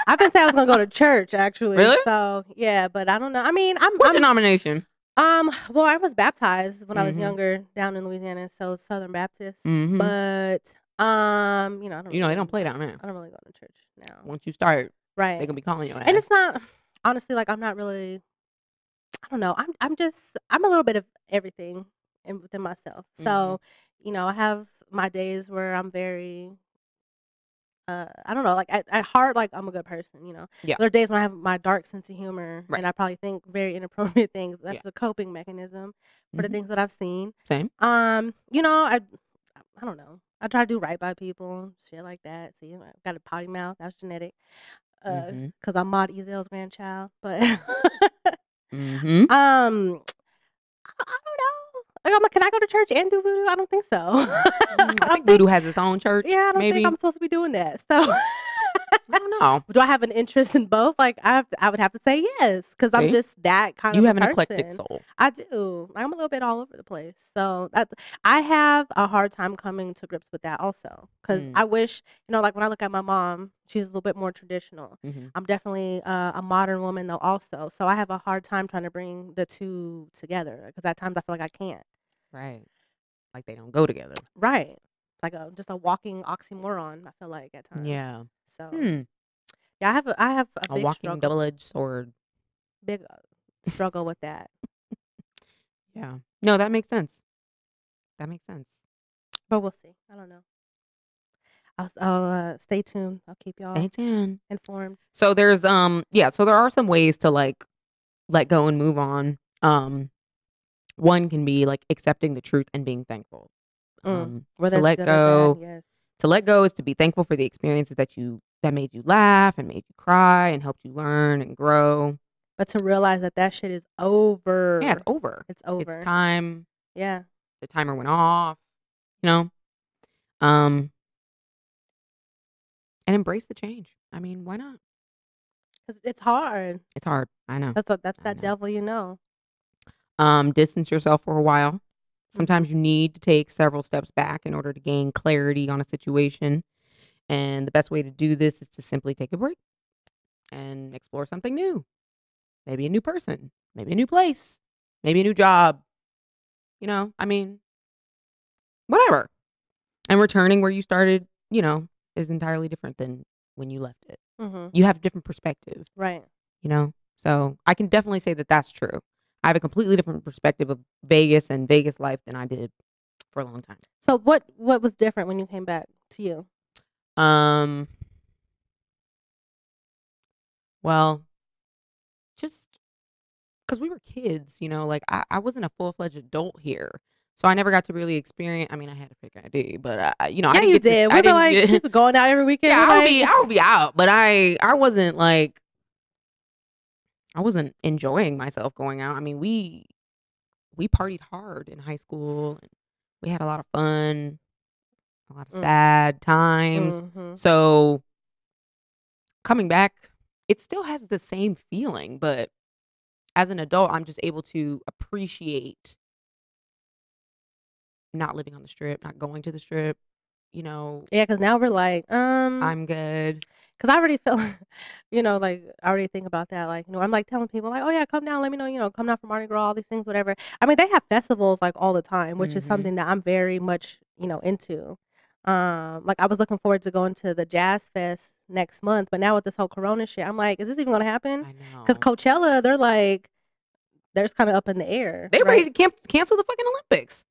I've been saying I was gonna go to church actually.
Really?
So yeah, but I don't know. I mean, I'm,
What
I'm
denomination?
um. Well, I was baptized when I was
Mhm.
younger down in Louisiana, so Southern Baptist.
Mhm.
But um, you know, I don't.
You know, they
really- Oh.
don't play down there.
I don't really go to church now.
Once you start,
right.
they're gonna be calling your ass.
and it's not honestly like I'm not really. I don't know. I'm I'm just I'm a little bit of everything in, within myself.
Mhm.
So, you know, I have my days where I'm very. Uh, I don't know. Like at, at heart, like I'm a good person. You know.
Yeah.
There are days when I have my dark sense of humor,
Right.
and I probably think very inappropriate things. That's
Yeah.
a coping mechanism for the
Mhm.
things that I've seen.
same.
Um, you know, I, I don't know. I try to do right by people, shit like that. See, I got a potty mouth. That's genetic. Uh,
Mhm.
cause I'm Maud Ezel's grandchild. But
hmm
um, I, I don't know. Like, I'm like, can I go to church and do voodoo? I don't think so.
Mm, I
I
think
don't
voodoo has its own church.
yeah, I don't
maybe.
think I'm supposed to be doing that. So,
I don't know.
do I have an interest in both? Like, I have, I would have to say yes, cause I'm
See?
just that kind of.
You
a
have an eclectic
person.
soul.
I do. I'm a little bit all over the place. So that's, I have a hard time coming to grips with that also. Because
Mm.
I wish, you know, like when I look at my mom, she's a little bit more traditional.
Mhm.
I'm definitely uh, a modern woman though also. So I have a hard time trying to bring the two together because at times I feel like I can't.
Right. Like they don't go together.
Right. It's like a, just a walking oxymoron, I feel like at times.
Yeah.
So
Hmm.
yeah, I have a, I have a,
A
Oh, big
walking
struggle,
double-edged sword.
big uh, struggle with that.
Yeah. No, that makes sense. That makes sense.
But we'll see. I don't know. I'll, s- I'll uh, stay tuned. I'll keep y'all
Stay tuned.
informed.
So there's um yeah, so there are some ways to like let go and move on. Um one can be like accepting the truth and being thankful.
Mm.
Um
Whether
to
it's
let
good
go.
or bad, yes.
to let go is to be thankful for the experiences that you that made you laugh and made you cry and helped you learn and grow.
But to realize that that shit is over.
Yeah, it's over.
It's over.
It's time.
Yeah.
The timer went off. You know, um, and embrace the change. I mean, why not?
'Cause it's hard.
It's hard. I know.
That's the, that's
I
that
know.
devil you know.
um, distance yourself for a while. Sometimes you need to take several steps back in order to gain clarity on a situation. And the best way to do this is to simply take a break and explore something new. Maybe a new person, maybe a new place, maybe a new job. You know, I mean, whatever. And returning where you started, you know, is entirely different than when you left it.
hmm
You have a different perspective
Right.
you know so i can definitely say that that's true i have a completely different perspective of vegas and vegas life than i did for a long time
So what what was different when you came back to you?
um well just because we were kids you know like I, I wasn't a full-fledged adult here so i never got to really experience i mean i had a fake id but I- I, you know I
yeah,
didn't
you
get to-
did.
I
We were
didn't
like
get-
she's going out every weekend.
yeah,
We're
I'll
like,
be I'll be out, but I I wasn't like I wasn't enjoying myself going out. I mean, we we partied hard in high school. And we had a lot of fun, a lot of
Mm.
sad times.
Mhm.
So coming back, it still has the same feeling, but as an adult, I'm just able to appreciate not living on the strip, not going to the strip. You know,
Yeah, because now we're like, um,
I'm good.
because I already feel, you know, like I already think about that. Like, you know, I'm like telling people, like, oh yeah, come down, let me know, you know, come down for Mardi Gras, all these things, whatever. I mean, they have festivals like all the time, which is
Mhm.
something that I'm very much, you know, into. Um, like I was looking forward to going to the Jazz Fest next month, but now with this whole Corona shit, I'm like, is this even gonna happen?
I know.
Because Coachella, they're like, they're kind of up in the air.
They
right?
ready to camp- cancel the fucking Olympics.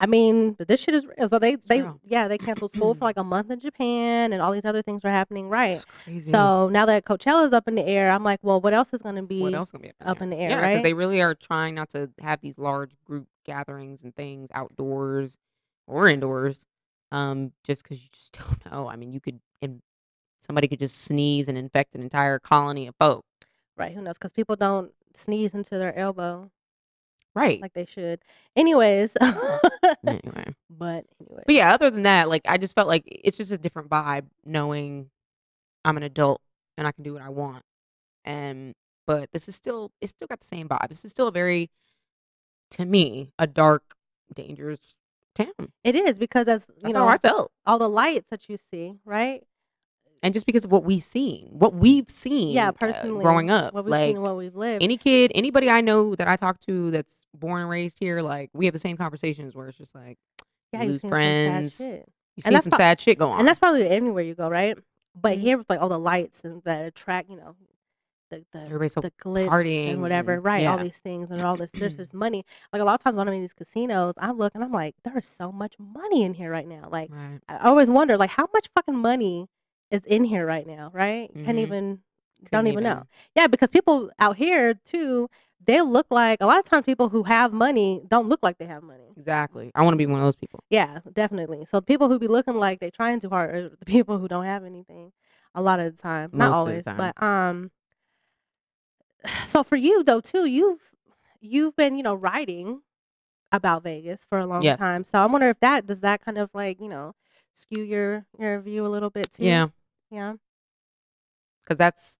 I mean, but this shit is real. So they, they,
real.
yeah, they canceled school for like a month in Japan, and all these other things are happening, right?
Crazy.
So now that Coachella's up in the air, I'm like, well, what else is going to be?
what else gonna be
up in the air,
Yeah,
right?
they really are trying not to have these large group gatherings and things outdoors or indoors. Um, just because you just don't know. I mean, you could and somebody could just sneeze and infect an entire colony of folk.
Right? Who knows? Because people don't sneeze into their elbow
Right.
like they should. Anyways, but
anyway.
anyway,
Mm-hmm. But yeah, other than that, like I just felt like it's just a different vibe knowing I'm an adult and I can do what I want. And but this is still it's still got the same vibe. This is still a very to me, a dark, dangerous town. That's
it is because as you know,
how I felt.
all the lights that you see, right?
And just because of what we seen, what we've seen
Yeah,
uh,
personally,
growing up.
what we've
like
seen, and what we've lived.
any kid, anybody I know that I talk to that's born and raised here, like we have the same conversations where it's just like
yeah, you've
you lose
seen
friends.
some sad shit,
you
And
see
that's
some
prob-
sad shit go on.
and that's probably anywhere you go, right? But
Mhm.
here with like all the lights and that attract, you know, the the
everybody's so
the glitz
partying
and whatever,
and-
right? All
yeah.
these things and all this. There's this money. Like a lot of times when I'm in these casinos, I look and I'm like, there is so much money in here right now. Like
right.
I always wonder, like how much fucking money is in here right now, right? Can't
Mhm.
even, don't
Couldn't
even know. Yeah, because people out here too, they look like a lot of times people who have money don't look like they have money.
Exactly. I want to be one of those people.
Yeah, definitely. So the people who be looking like they trying too hard are the people who don't have anything a lot of the time.
Most of
Not
the
always,
time.
but um so for you though too, you've you've been, you know, writing about Vegas for a long
Yes.
time. So I wonder if that does that kind of like, you know, skew your your view a little bit too.
Yeah,
Yeah.
because that's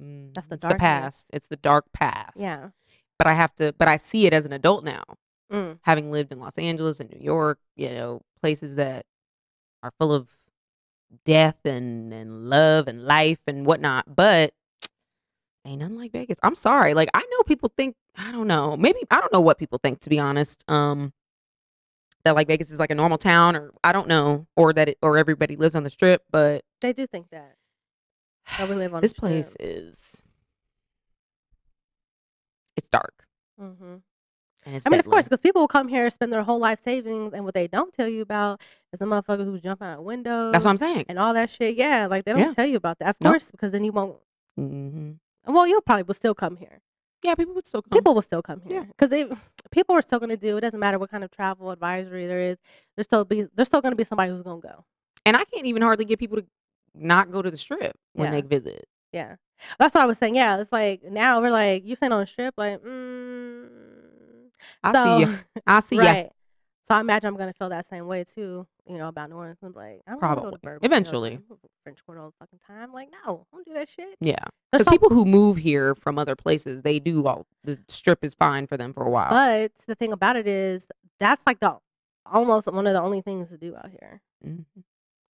mm,
That's the
it's
darkness.
past. It's the dark past.
Yeah.
But I have to. But I see it as an adult now,
Mm.
having lived in Los Angeles and New York. You know, places that are full of death and and love and life and whatnot. But ain't nothing like Vegas. I'm sorry. Like I know people think I don't know. Maybe I don't know what people think to be honest. Um that like Vegas is like a normal town or I don't know or that it, or everybody lives on the strip, but
They do think that. That we live on
this
the
place is it's dark.
Mm-hmm.
And it's
I mean, of course,
deadly.
because people will come here, spend their whole life savings, and what they don't tell you about is the motherfucker who's jumping out windows
that's what I'm saying.
and all that shit. Yeah, like they don't
Yeah.
tell you about that, of
Nope.
course, because then you won't.
hmm
Well, you'll probably will still come here.
Yeah, people would still come.
People will still come
Um, Yeah.
here because they people are still going to do. It doesn't matter what kind of travel advisory there is. There's still be there's still going to be somebody who's going to go.
and I can't even hardly get people to not go to the strip when
Yeah.
they visit.
Yeah. That's what I was saying. Yeah. It's like now we're like, you saying on a strip? Like, mm.
I
so,
see you. I see ya.
right. So I imagine I'm going to feel that same way too, you know, about New Orleans. I'm like, I don't wanna Go
Probably.
to Bourbon Hills
Eventually.
and French Quarter all the fucking time. Like, no, don't do that shit.
Yeah.
There's
Because
so-
people who move here from other places, they do all the strip is fine for them for a while.
But the thing about it is, that's like the almost one of the only things to do out here.
Mhm.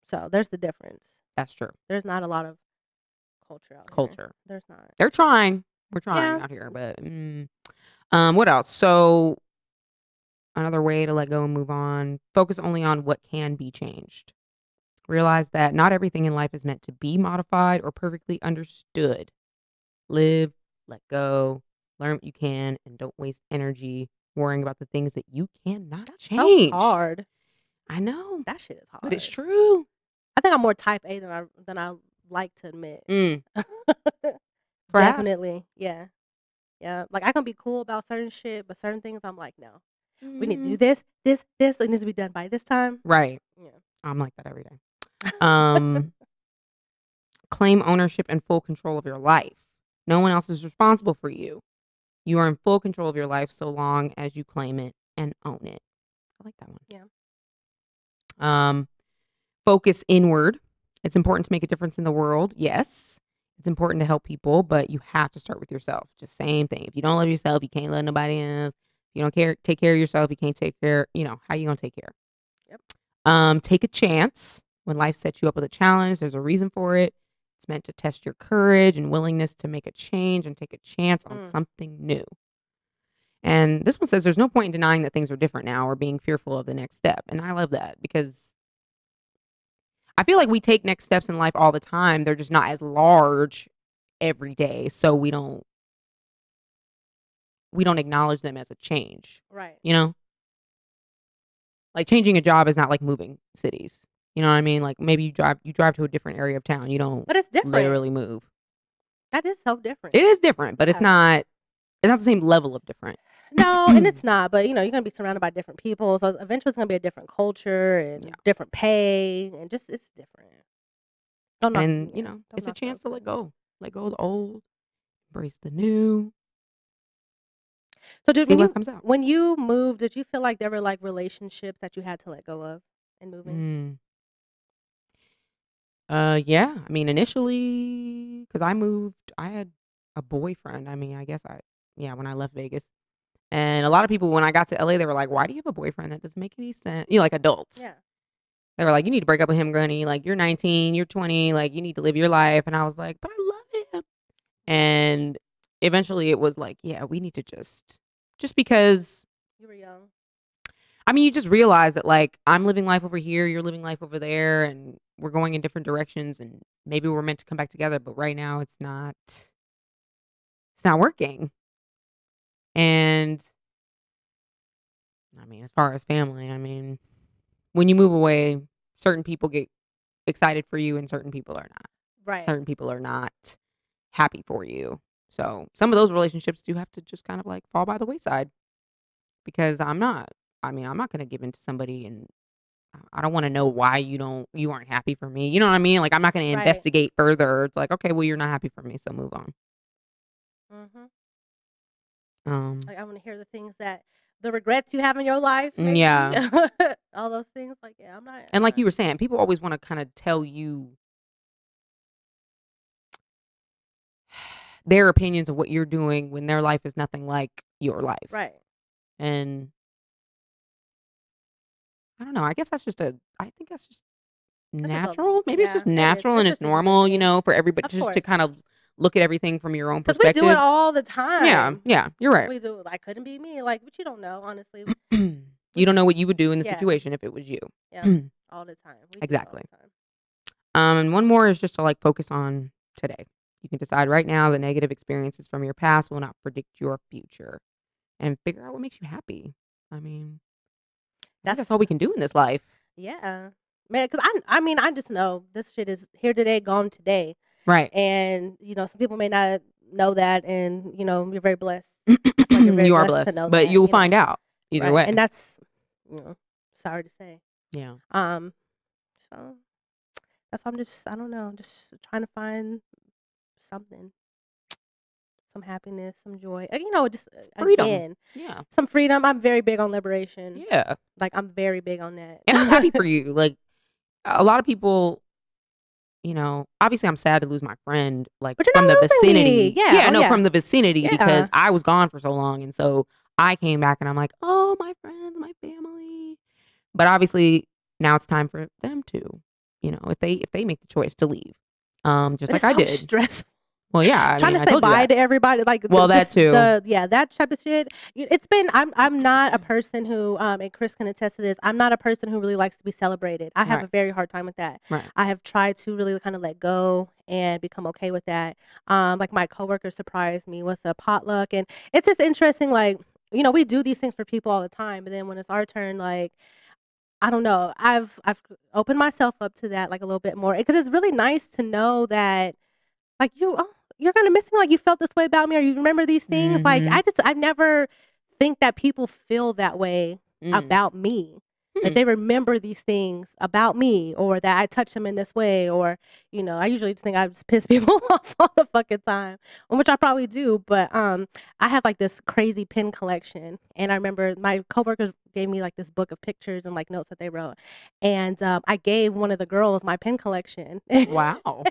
So there's the difference.
That's true.
There's not a lot of culture out here.
Culture.
There's not.
They're trying. We're trying
Yeah.
out here, but mm. um, what else? So another way to let go and move on. Focus only on what can be changed. Realize that not everything in life is meant to be modified or perfectly understood. Live, let go, learn what you can, and don't waste energy worrying about the things that you cannot change.
So hard.
I know,
That shit is hard.
but it's true.
I think I'm more type A than I than I like to admit.
Mm, perhaps.
Definitely. Yeah. Yeah. Like I can be cool about certain shit, but certain things I'm like, no. We need to
Mm-hmm.
do this, this, this. It needs to be done by this time.
Right.
Yeah.
I'm like that every day. Um, claim ownership and full control of your life. No one else is responsible for you. You are in full control of your life so long as you claim it and own it. I like that one.
Yeah.
Um, focus inward. It's important to make a difference in the world. Yes. It's important to help people, but you have to start with yourself. Just same thing. If you don't love yourself, you can't love nobody else. If you don't care, take care of yourself. You can't take care. You know how you gonna take care?
Yep.
Um, take a chance when life sets you up with a challenge. There's a reason for it. It's meant to test your courage and willingness to make a change and take a chance on
Mm.
something new. And this one says there's no point in denying that things are different now or being fearful of the next step. And I love that because I feel like we take next steps in life all the time. They're just not as large every day, so we don't we don't acknowledge them as a change,
Right.
you know? Like changing a job is not like moving cities. You know what I mean? Like maybe you drive you drive to a different area of town. You don't
But it's different.
literally move.
That is so different.
It is different, but it's
Yeah.
not it's not the same level of different.
No, and it's not. But you know, you're gonna be surrounded by different people, so eventually it's gonna be a different culture and
Yeah.
different pay, and just it's different. Don't knock-
and
yeah,
you know,
don't
it's a
knock
chance
those
to let
things.
go. Let go of the old, embrace the new,
So, dude,
see
when
what
you
comes out.
when you moved, did you feel like there were like relationships that you had to let go of in moving?
Mm. Uh, yeah. I mean, initially, because I moved, I had a boyfriend. I mean, I guess I, yeah, when I left Vegas. And a lot of people, when I got to LA, they were like, why do you have a boyfriend? That doesn't make any sense. You know, like adults.
Yeah.
They were like, you need to break up with him, Granny. Like, you're 19, you're 20, like, you need to live your life. And I was like, but I love him. And eventually it was like, yeah, we need to just, just because
You were young.
I mean, you just realize that like I'm living life over here, you're living life over there, and we're going in different directions, and maybe we're meant to come back together, but right now it's not. It's not working. And I mean, as far as family, I mean, when you move away, certain people get excited for you, and certain people are not.
Right.
Certain people are not happy for you. So some of those relationships do have to just kind of like fall by the wayside because I'm not I mean, I'm not going to give in to somebody and I- I don't want to know why you don't you aren't happy for me. You know what I mean? Like I'm not going
Right.
to investigate further. It's like, okay, well you're not happy for me, so move on.
hmm
Um
Like I want to hear the things that the regrets you have in your life.
Mm, yeah.
maybe. All those things. Like yeah, I'm not. uh,
and like you were saying, people always want to kind of tell you their opinions of what you're doing when their life is nothing like your life.
Right.
And I don't know. I guess that's just a I think that's just
just a-
natural. Maybe it's
yeah,
just
it is.
natural and
It's
it's,
just a
normal, you
thing.
know, for everybody
Of
just to
course.
kind of look at everything from your own
Because we
perspective.
do it all the time.
Yeah, yeah, you're right.
We do. Like couldn't be me. Like, but you don't know, honestly,
you don't know what you would do in the
Mm-hmm. Yeah.
situation if it was you.
all the time. We do it all the
Exactly.
time.
Um, and one more is just to like focus on today. You can decide right now the negative experiences from your past will not predict your future, and figure out what makes you happy. I mean, that's, that's all we can do in this life,
Yeah. Man, because I, I mean, I just know this shit is here today, gone today.
right?
And, you know, some people may not know that. And, you know, you're very blessed. like you're very
you are
blessed to
blessed,
know
but
that,
you'll
you know.
find out either
right?
way.
And that's, you know, sorry to say.
yeah,
Um, so that's why I'm just, I don't know, just trying to find something, some happiness, some joy. Uh, You know, just uh,
freedom.
again,
Yeah.
some freedom. I'm very big on liberation.
Yeah.
Like I'm very big on that.
And I'm happy for you. Like a lot of people, you know, obviously I'm sad to lose my friend, like
But you're
from the
not losing me.
vicinity.
Yeah, oh,
no,
yeah.
from the vicinity
Yeah.
because I was gone for so long. And so I came back and I'm like, oh, my friends, my family. But obviously now it's time for them to, you know, if they if they make the choice to leave. Um, just
It's
like I
so
did.
Stressful.
well, yeah. I
trying
mean, I
to say
told you
bye
that.
to everybody. Like
Well, that
this-
too.
The, yeah, that type of shit. Y- It's been. I'm. I'm not a person who. Um, and Chris can attest to this. I'm not a person who really likes to be celebrated. I have
Right.
a very hard time with that.
Right.
I have tried to really kind of let go and become okay with that. Um, like my coworker surprised me with a potluck, and it's just interesting. Like you know, we do these things for people all the time, but then when it's our turn, like. I don't know. I've I've opened myself up to that like a little bit more because it's really nice to know that like you oh you're gonna miss me like you felt this way about me or you remember these things like
Mhm.
i just i never think that people feel that way
Mm.
about me
Hmm.
that they remember these things about me or that i touched them in this way or you know i usually just think i just piss people off all the fucking time which i probably do but um i have like this crazy pin collection and i remember my coworkers gave me like this book of pictures and like notes that they wrote and um, i gave one of the girls my pin collection
Wow.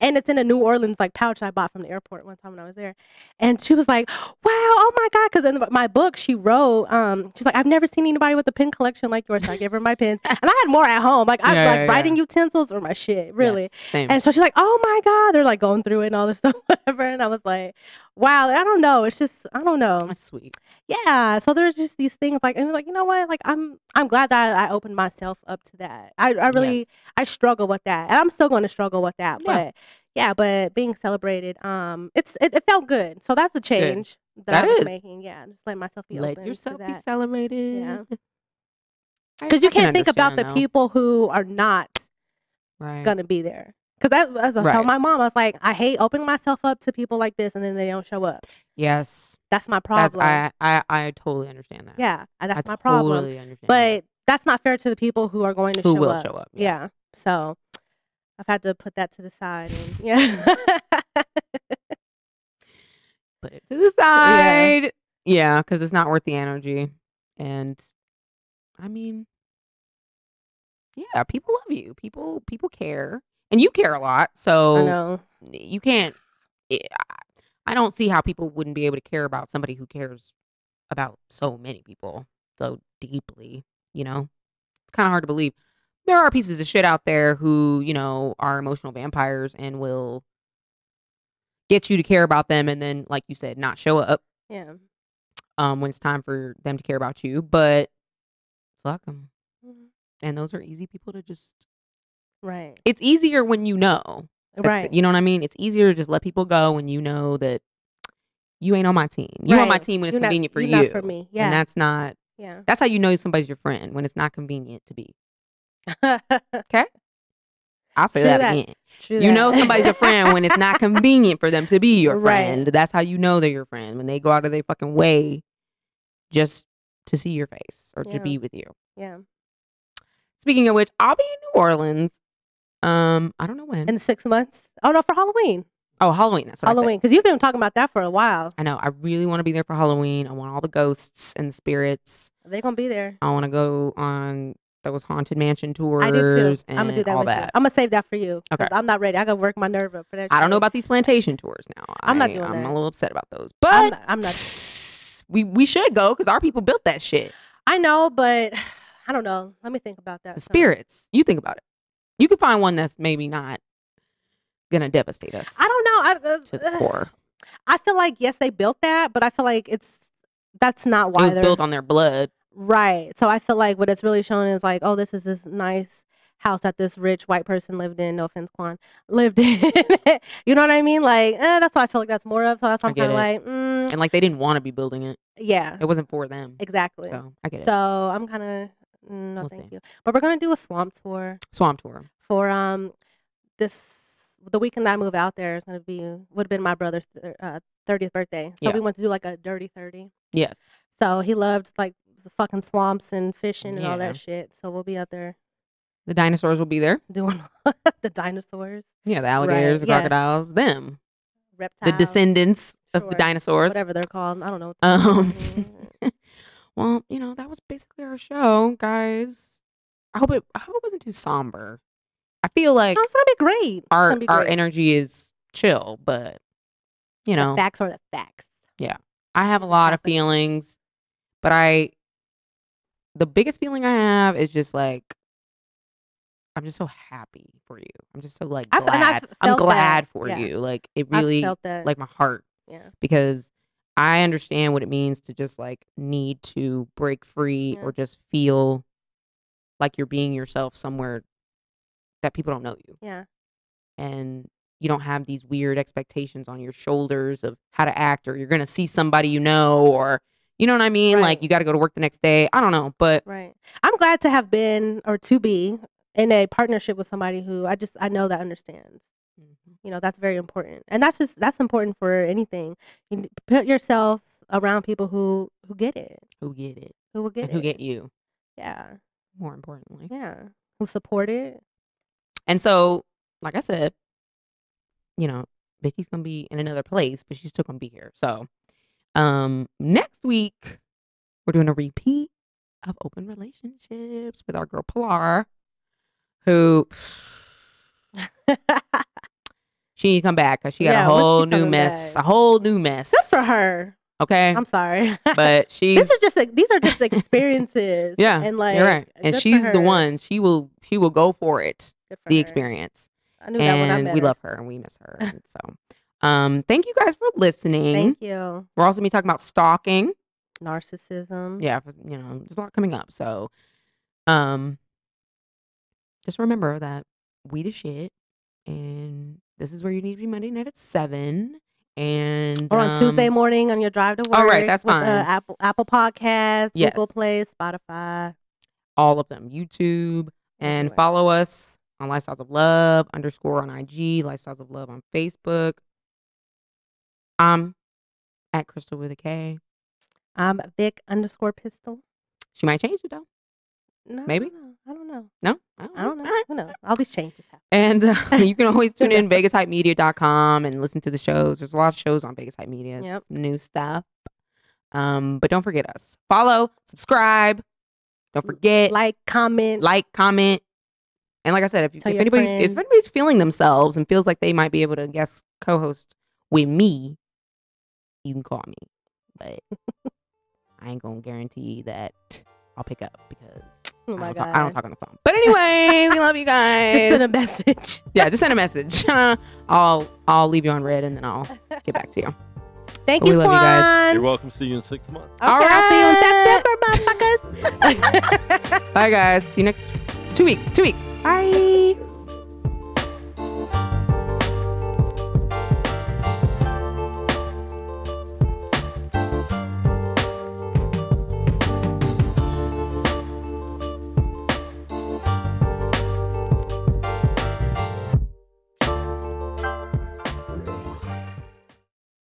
and it's in a New Orleans like pouch I bought from the airport one time when I was there. And she was like, "Wow, oh my god!" Because in the- my book she wrote, um, she's like, "I've never seen anybody with a pen collection like yours." So I gave her my pens, and I had more at home. Like I
Yeah,
like
yeah, yeah.
writing utensils or my shit, really.
Same.
And so she's like, "Oh my god!" They're like going through it and all this stuff, whatever. And I was like, "Wow, I don't know. It's just I don't know."
That's sweet.
yeah so there's just these things like and like you know what like i'm i'm glad that i, I opened myself up to that i, I really i struggle with that and i'm still going to struggle with that
Yeah.
but yeah but being celebrated um it's it, it felt good so that's the change
That
that, i was
is.
making yeah just let myself be
Let
open
yourself
to
be
that
celebrated. I-
because you
I can
can't think about the
understand, though.
people who are not
Right.
gonna be there because that, that's what i told my
Right.
mom i was like i hate opening myself up to people like this and then they don't show up
Yes.
that's my
That's,
problem
I, I I totally understand that.
yeah and that's
I
my problem
Totally understand. that.
but that's not fair to the people who are going to
who
show
will
up.
show up?
Yeah. So I've had to put that to the side. And yeah.
Put it to the side. Yeah, because it's not worth the energy. And I mean, yeah, people love you. People people care, and you care a lot.
I
So
know.
you can't. I- I don't see how people wouldn't be able to care about somebody who cares about so many people so deeply. You know, it's kind of hard to believe. There are pieces of shit out there who you know are emotional vampires and will get you to care about them, and then, like you said, not show up
Yeah.
um, when it's time for them to care about you. But fuck them. And those are easy people to just.
Right.
It's easier when you know. That's the-
Right.
You know what I mean? It's easier to just let people go when you know that you ain't on my team. You on my
Right.
team when it's
You're not-
convenient for
you're
you.
not for me. Yeah.
And that's not
yeah.
that's how you know somebody's your friend when it's not convenient to be. I'll say
True
that,
that.
again.
True
You
that.
know somebody's your friend when it's not convenient for them to be your
Right.
friend. That's how you know they're your friend when they go out of their fucking way just to see your face or
Yeah.
to be with you.
yeah.
Speaking of which, I'll be in New Orleans. Um, I don't know when.
In six months. Oh no, for Halloween.
oh, Halloween. That's what I said.
Halloween. Because you've been talking about that for a while.
I know. I really want to be there for Halloween. I want all the ghosts and the spirits.
They're gonna be there.
I want to go on those haunted mansion tours.
I do too.
And
I'm gonna do that
all
with you.
that.
I'm gonna save that for you. 'cause
Okay.
I'm not ready. I gotta work my nerve up for that.
I don't know
shit.
about these plantation tours now.
I'm not
I-
doing
I'm
that.
a little upset about those,
I'm
but
not- I'm not
We we should go because our people built that shit.
I know, but I don't know. Let me think about that.
The
some.
spirits. You think about it. You could find one that's maybe not gonna devastate us
I don't know. I, uh,
to the core.
I feel like yes, they built that, but I feel like it's that's not
It
why
was
they're
built on their blood.
right. So I feel like what it's really shown is like, oh, this is this nice house that this rich white person lived in. No offense, Quan lived in. you know what I mean? Like eh, that's what I feel like that's more of. So that's why
I
I'm
get
kind of
it.
like, mm,
And like they didn't want to be building it.
yeah,
It wasn't for them.
exactly.
So I get
So
it.
I'm kind of no,
We'll
thank
see.
you. But we're gonna do a swamp tour
Swamp tour.
for um this the weekend that I move out there is gonna be would have been my brother's uh, thirtieth birthday. So
Yeah.
we went to do like a dirty thirty.
Yes.
So he loved like the fucking swamps and fishing and all
Yeah.
that shit. So we'll be out there
The dinosaurs will be there.
doing the dinosaurs.
Yeah, the alligators, the
yeah.
crocodiles, them.
reptiles,
the descendants of
Sure.
the dinosaurs.
whatever Mm-hmm. they're called. I don't know.
Um, well, you know, that was basically our show, guys. I hope it. I hope it wasn't too somber. I feel like
No, it's gonna be great. It's
our
gonna be
our
great.
energy is chill, but you
The
know,
facts are the facts.
I have a lot of
happening.
feelings, but I. The biggest feeling I have is just like. I'm just so happy for you. I'm just so like
I've-
glad.
and I've
I'm
felt that,
glad for
yeah.
you. Like it
I
really
felt that.
like my heart
yeah,
because I understand what it means to just like need to break free
Yeah.
or just feel like you're being yourself somewhere that people don't know you
yeah,
and you don't have these weird expectations on your shoulders of how to act or you're going to see somebody you know or you know what I mean? Like
Right.
you got to go to work the next day. I don't know, but
right. I'm glad to have been or to be in a partnership with somebody who I just I know that understands.
Mm-hmm.
You know that's very important, and that's just that's important for anything. You n- put yourself around people who who get it,
who get it
who will get
and
it,
who get you
yeah,
more importantly.
yeah, who support it.
And so, like I said, you know, Vicky's gonna be in another place, but she's still gonna be here. So, um, next week we're doing a repeat of open relationships with our girl Pilar, who she need to come back because she got
Yeah,
a
when she
whole new
coming
mess,
back?
a whole new mess.
Good for her.
Okay,
I'm sorry,
but she's
this is just like these are just experiences.
Yeah,
and like
you're right, and
good for
she's the
her.
one. She will she will go for it.
Good for
The
her.
experience.
I knew that when I
and
met
we
her.
love her and we miss her. and so, um, thank you guys for listening.
Thank Mm-hmm. you.
We're also gonna be talking about stalking.
Narcissism.
Yeah, for- you know, there's a lot coming up. So, um, just remember that we the shit, and this is where you need to be Monday night at seven, and
Or on
um,
Tuesday morning on your drive to work.
all right, that's
with, uh,
fine.
Apple Apple Podcast,
Yes.
Google Play, Spotify.
all of them, YouTube, and
Everywhere.
follow us on Lifestyles of Love underscore on IG, Lifestyles of Love on Facebook. I'm at Crystal with a K.
I'm Vic underscore Pistol.
She might change it though.
No, I
Maybe. Mm,
don't know. I don't know.
No, I don't,
I don't
All
know.
right.
Who knows? All these changes happen.
And uh, you can always tune in vegashypemedia.com and listen to the shows. There's a lot of shows on Vegas Hype Media,
Yep.
It's new stuff. Um, but don't forget us. Follow, subscribe. Don't forget
Like,
like,
comment.
comment, and like I said, if, you-
Tell
if
your
anybody if
friend.
anybody's feeling themselves and feels like they might be able to guest co-host with me, you can call me. But I ain't gonna guarantee that I'll pick up because
Oh
I,
my
don't talk, I don't
God.
talk on the phone. But anyway, we love you guys
just send a message.
yeah, just send a message. I'll I'll leave you on red and then I'll get back to you.
Thank
We
you,
love you guys.
Quan.
You're welcome. See you in six months.
Okay,
Alright.
I'll see you in September, motherfuckers.
Bye guys. See you next two weeks. Two weeks. Bye.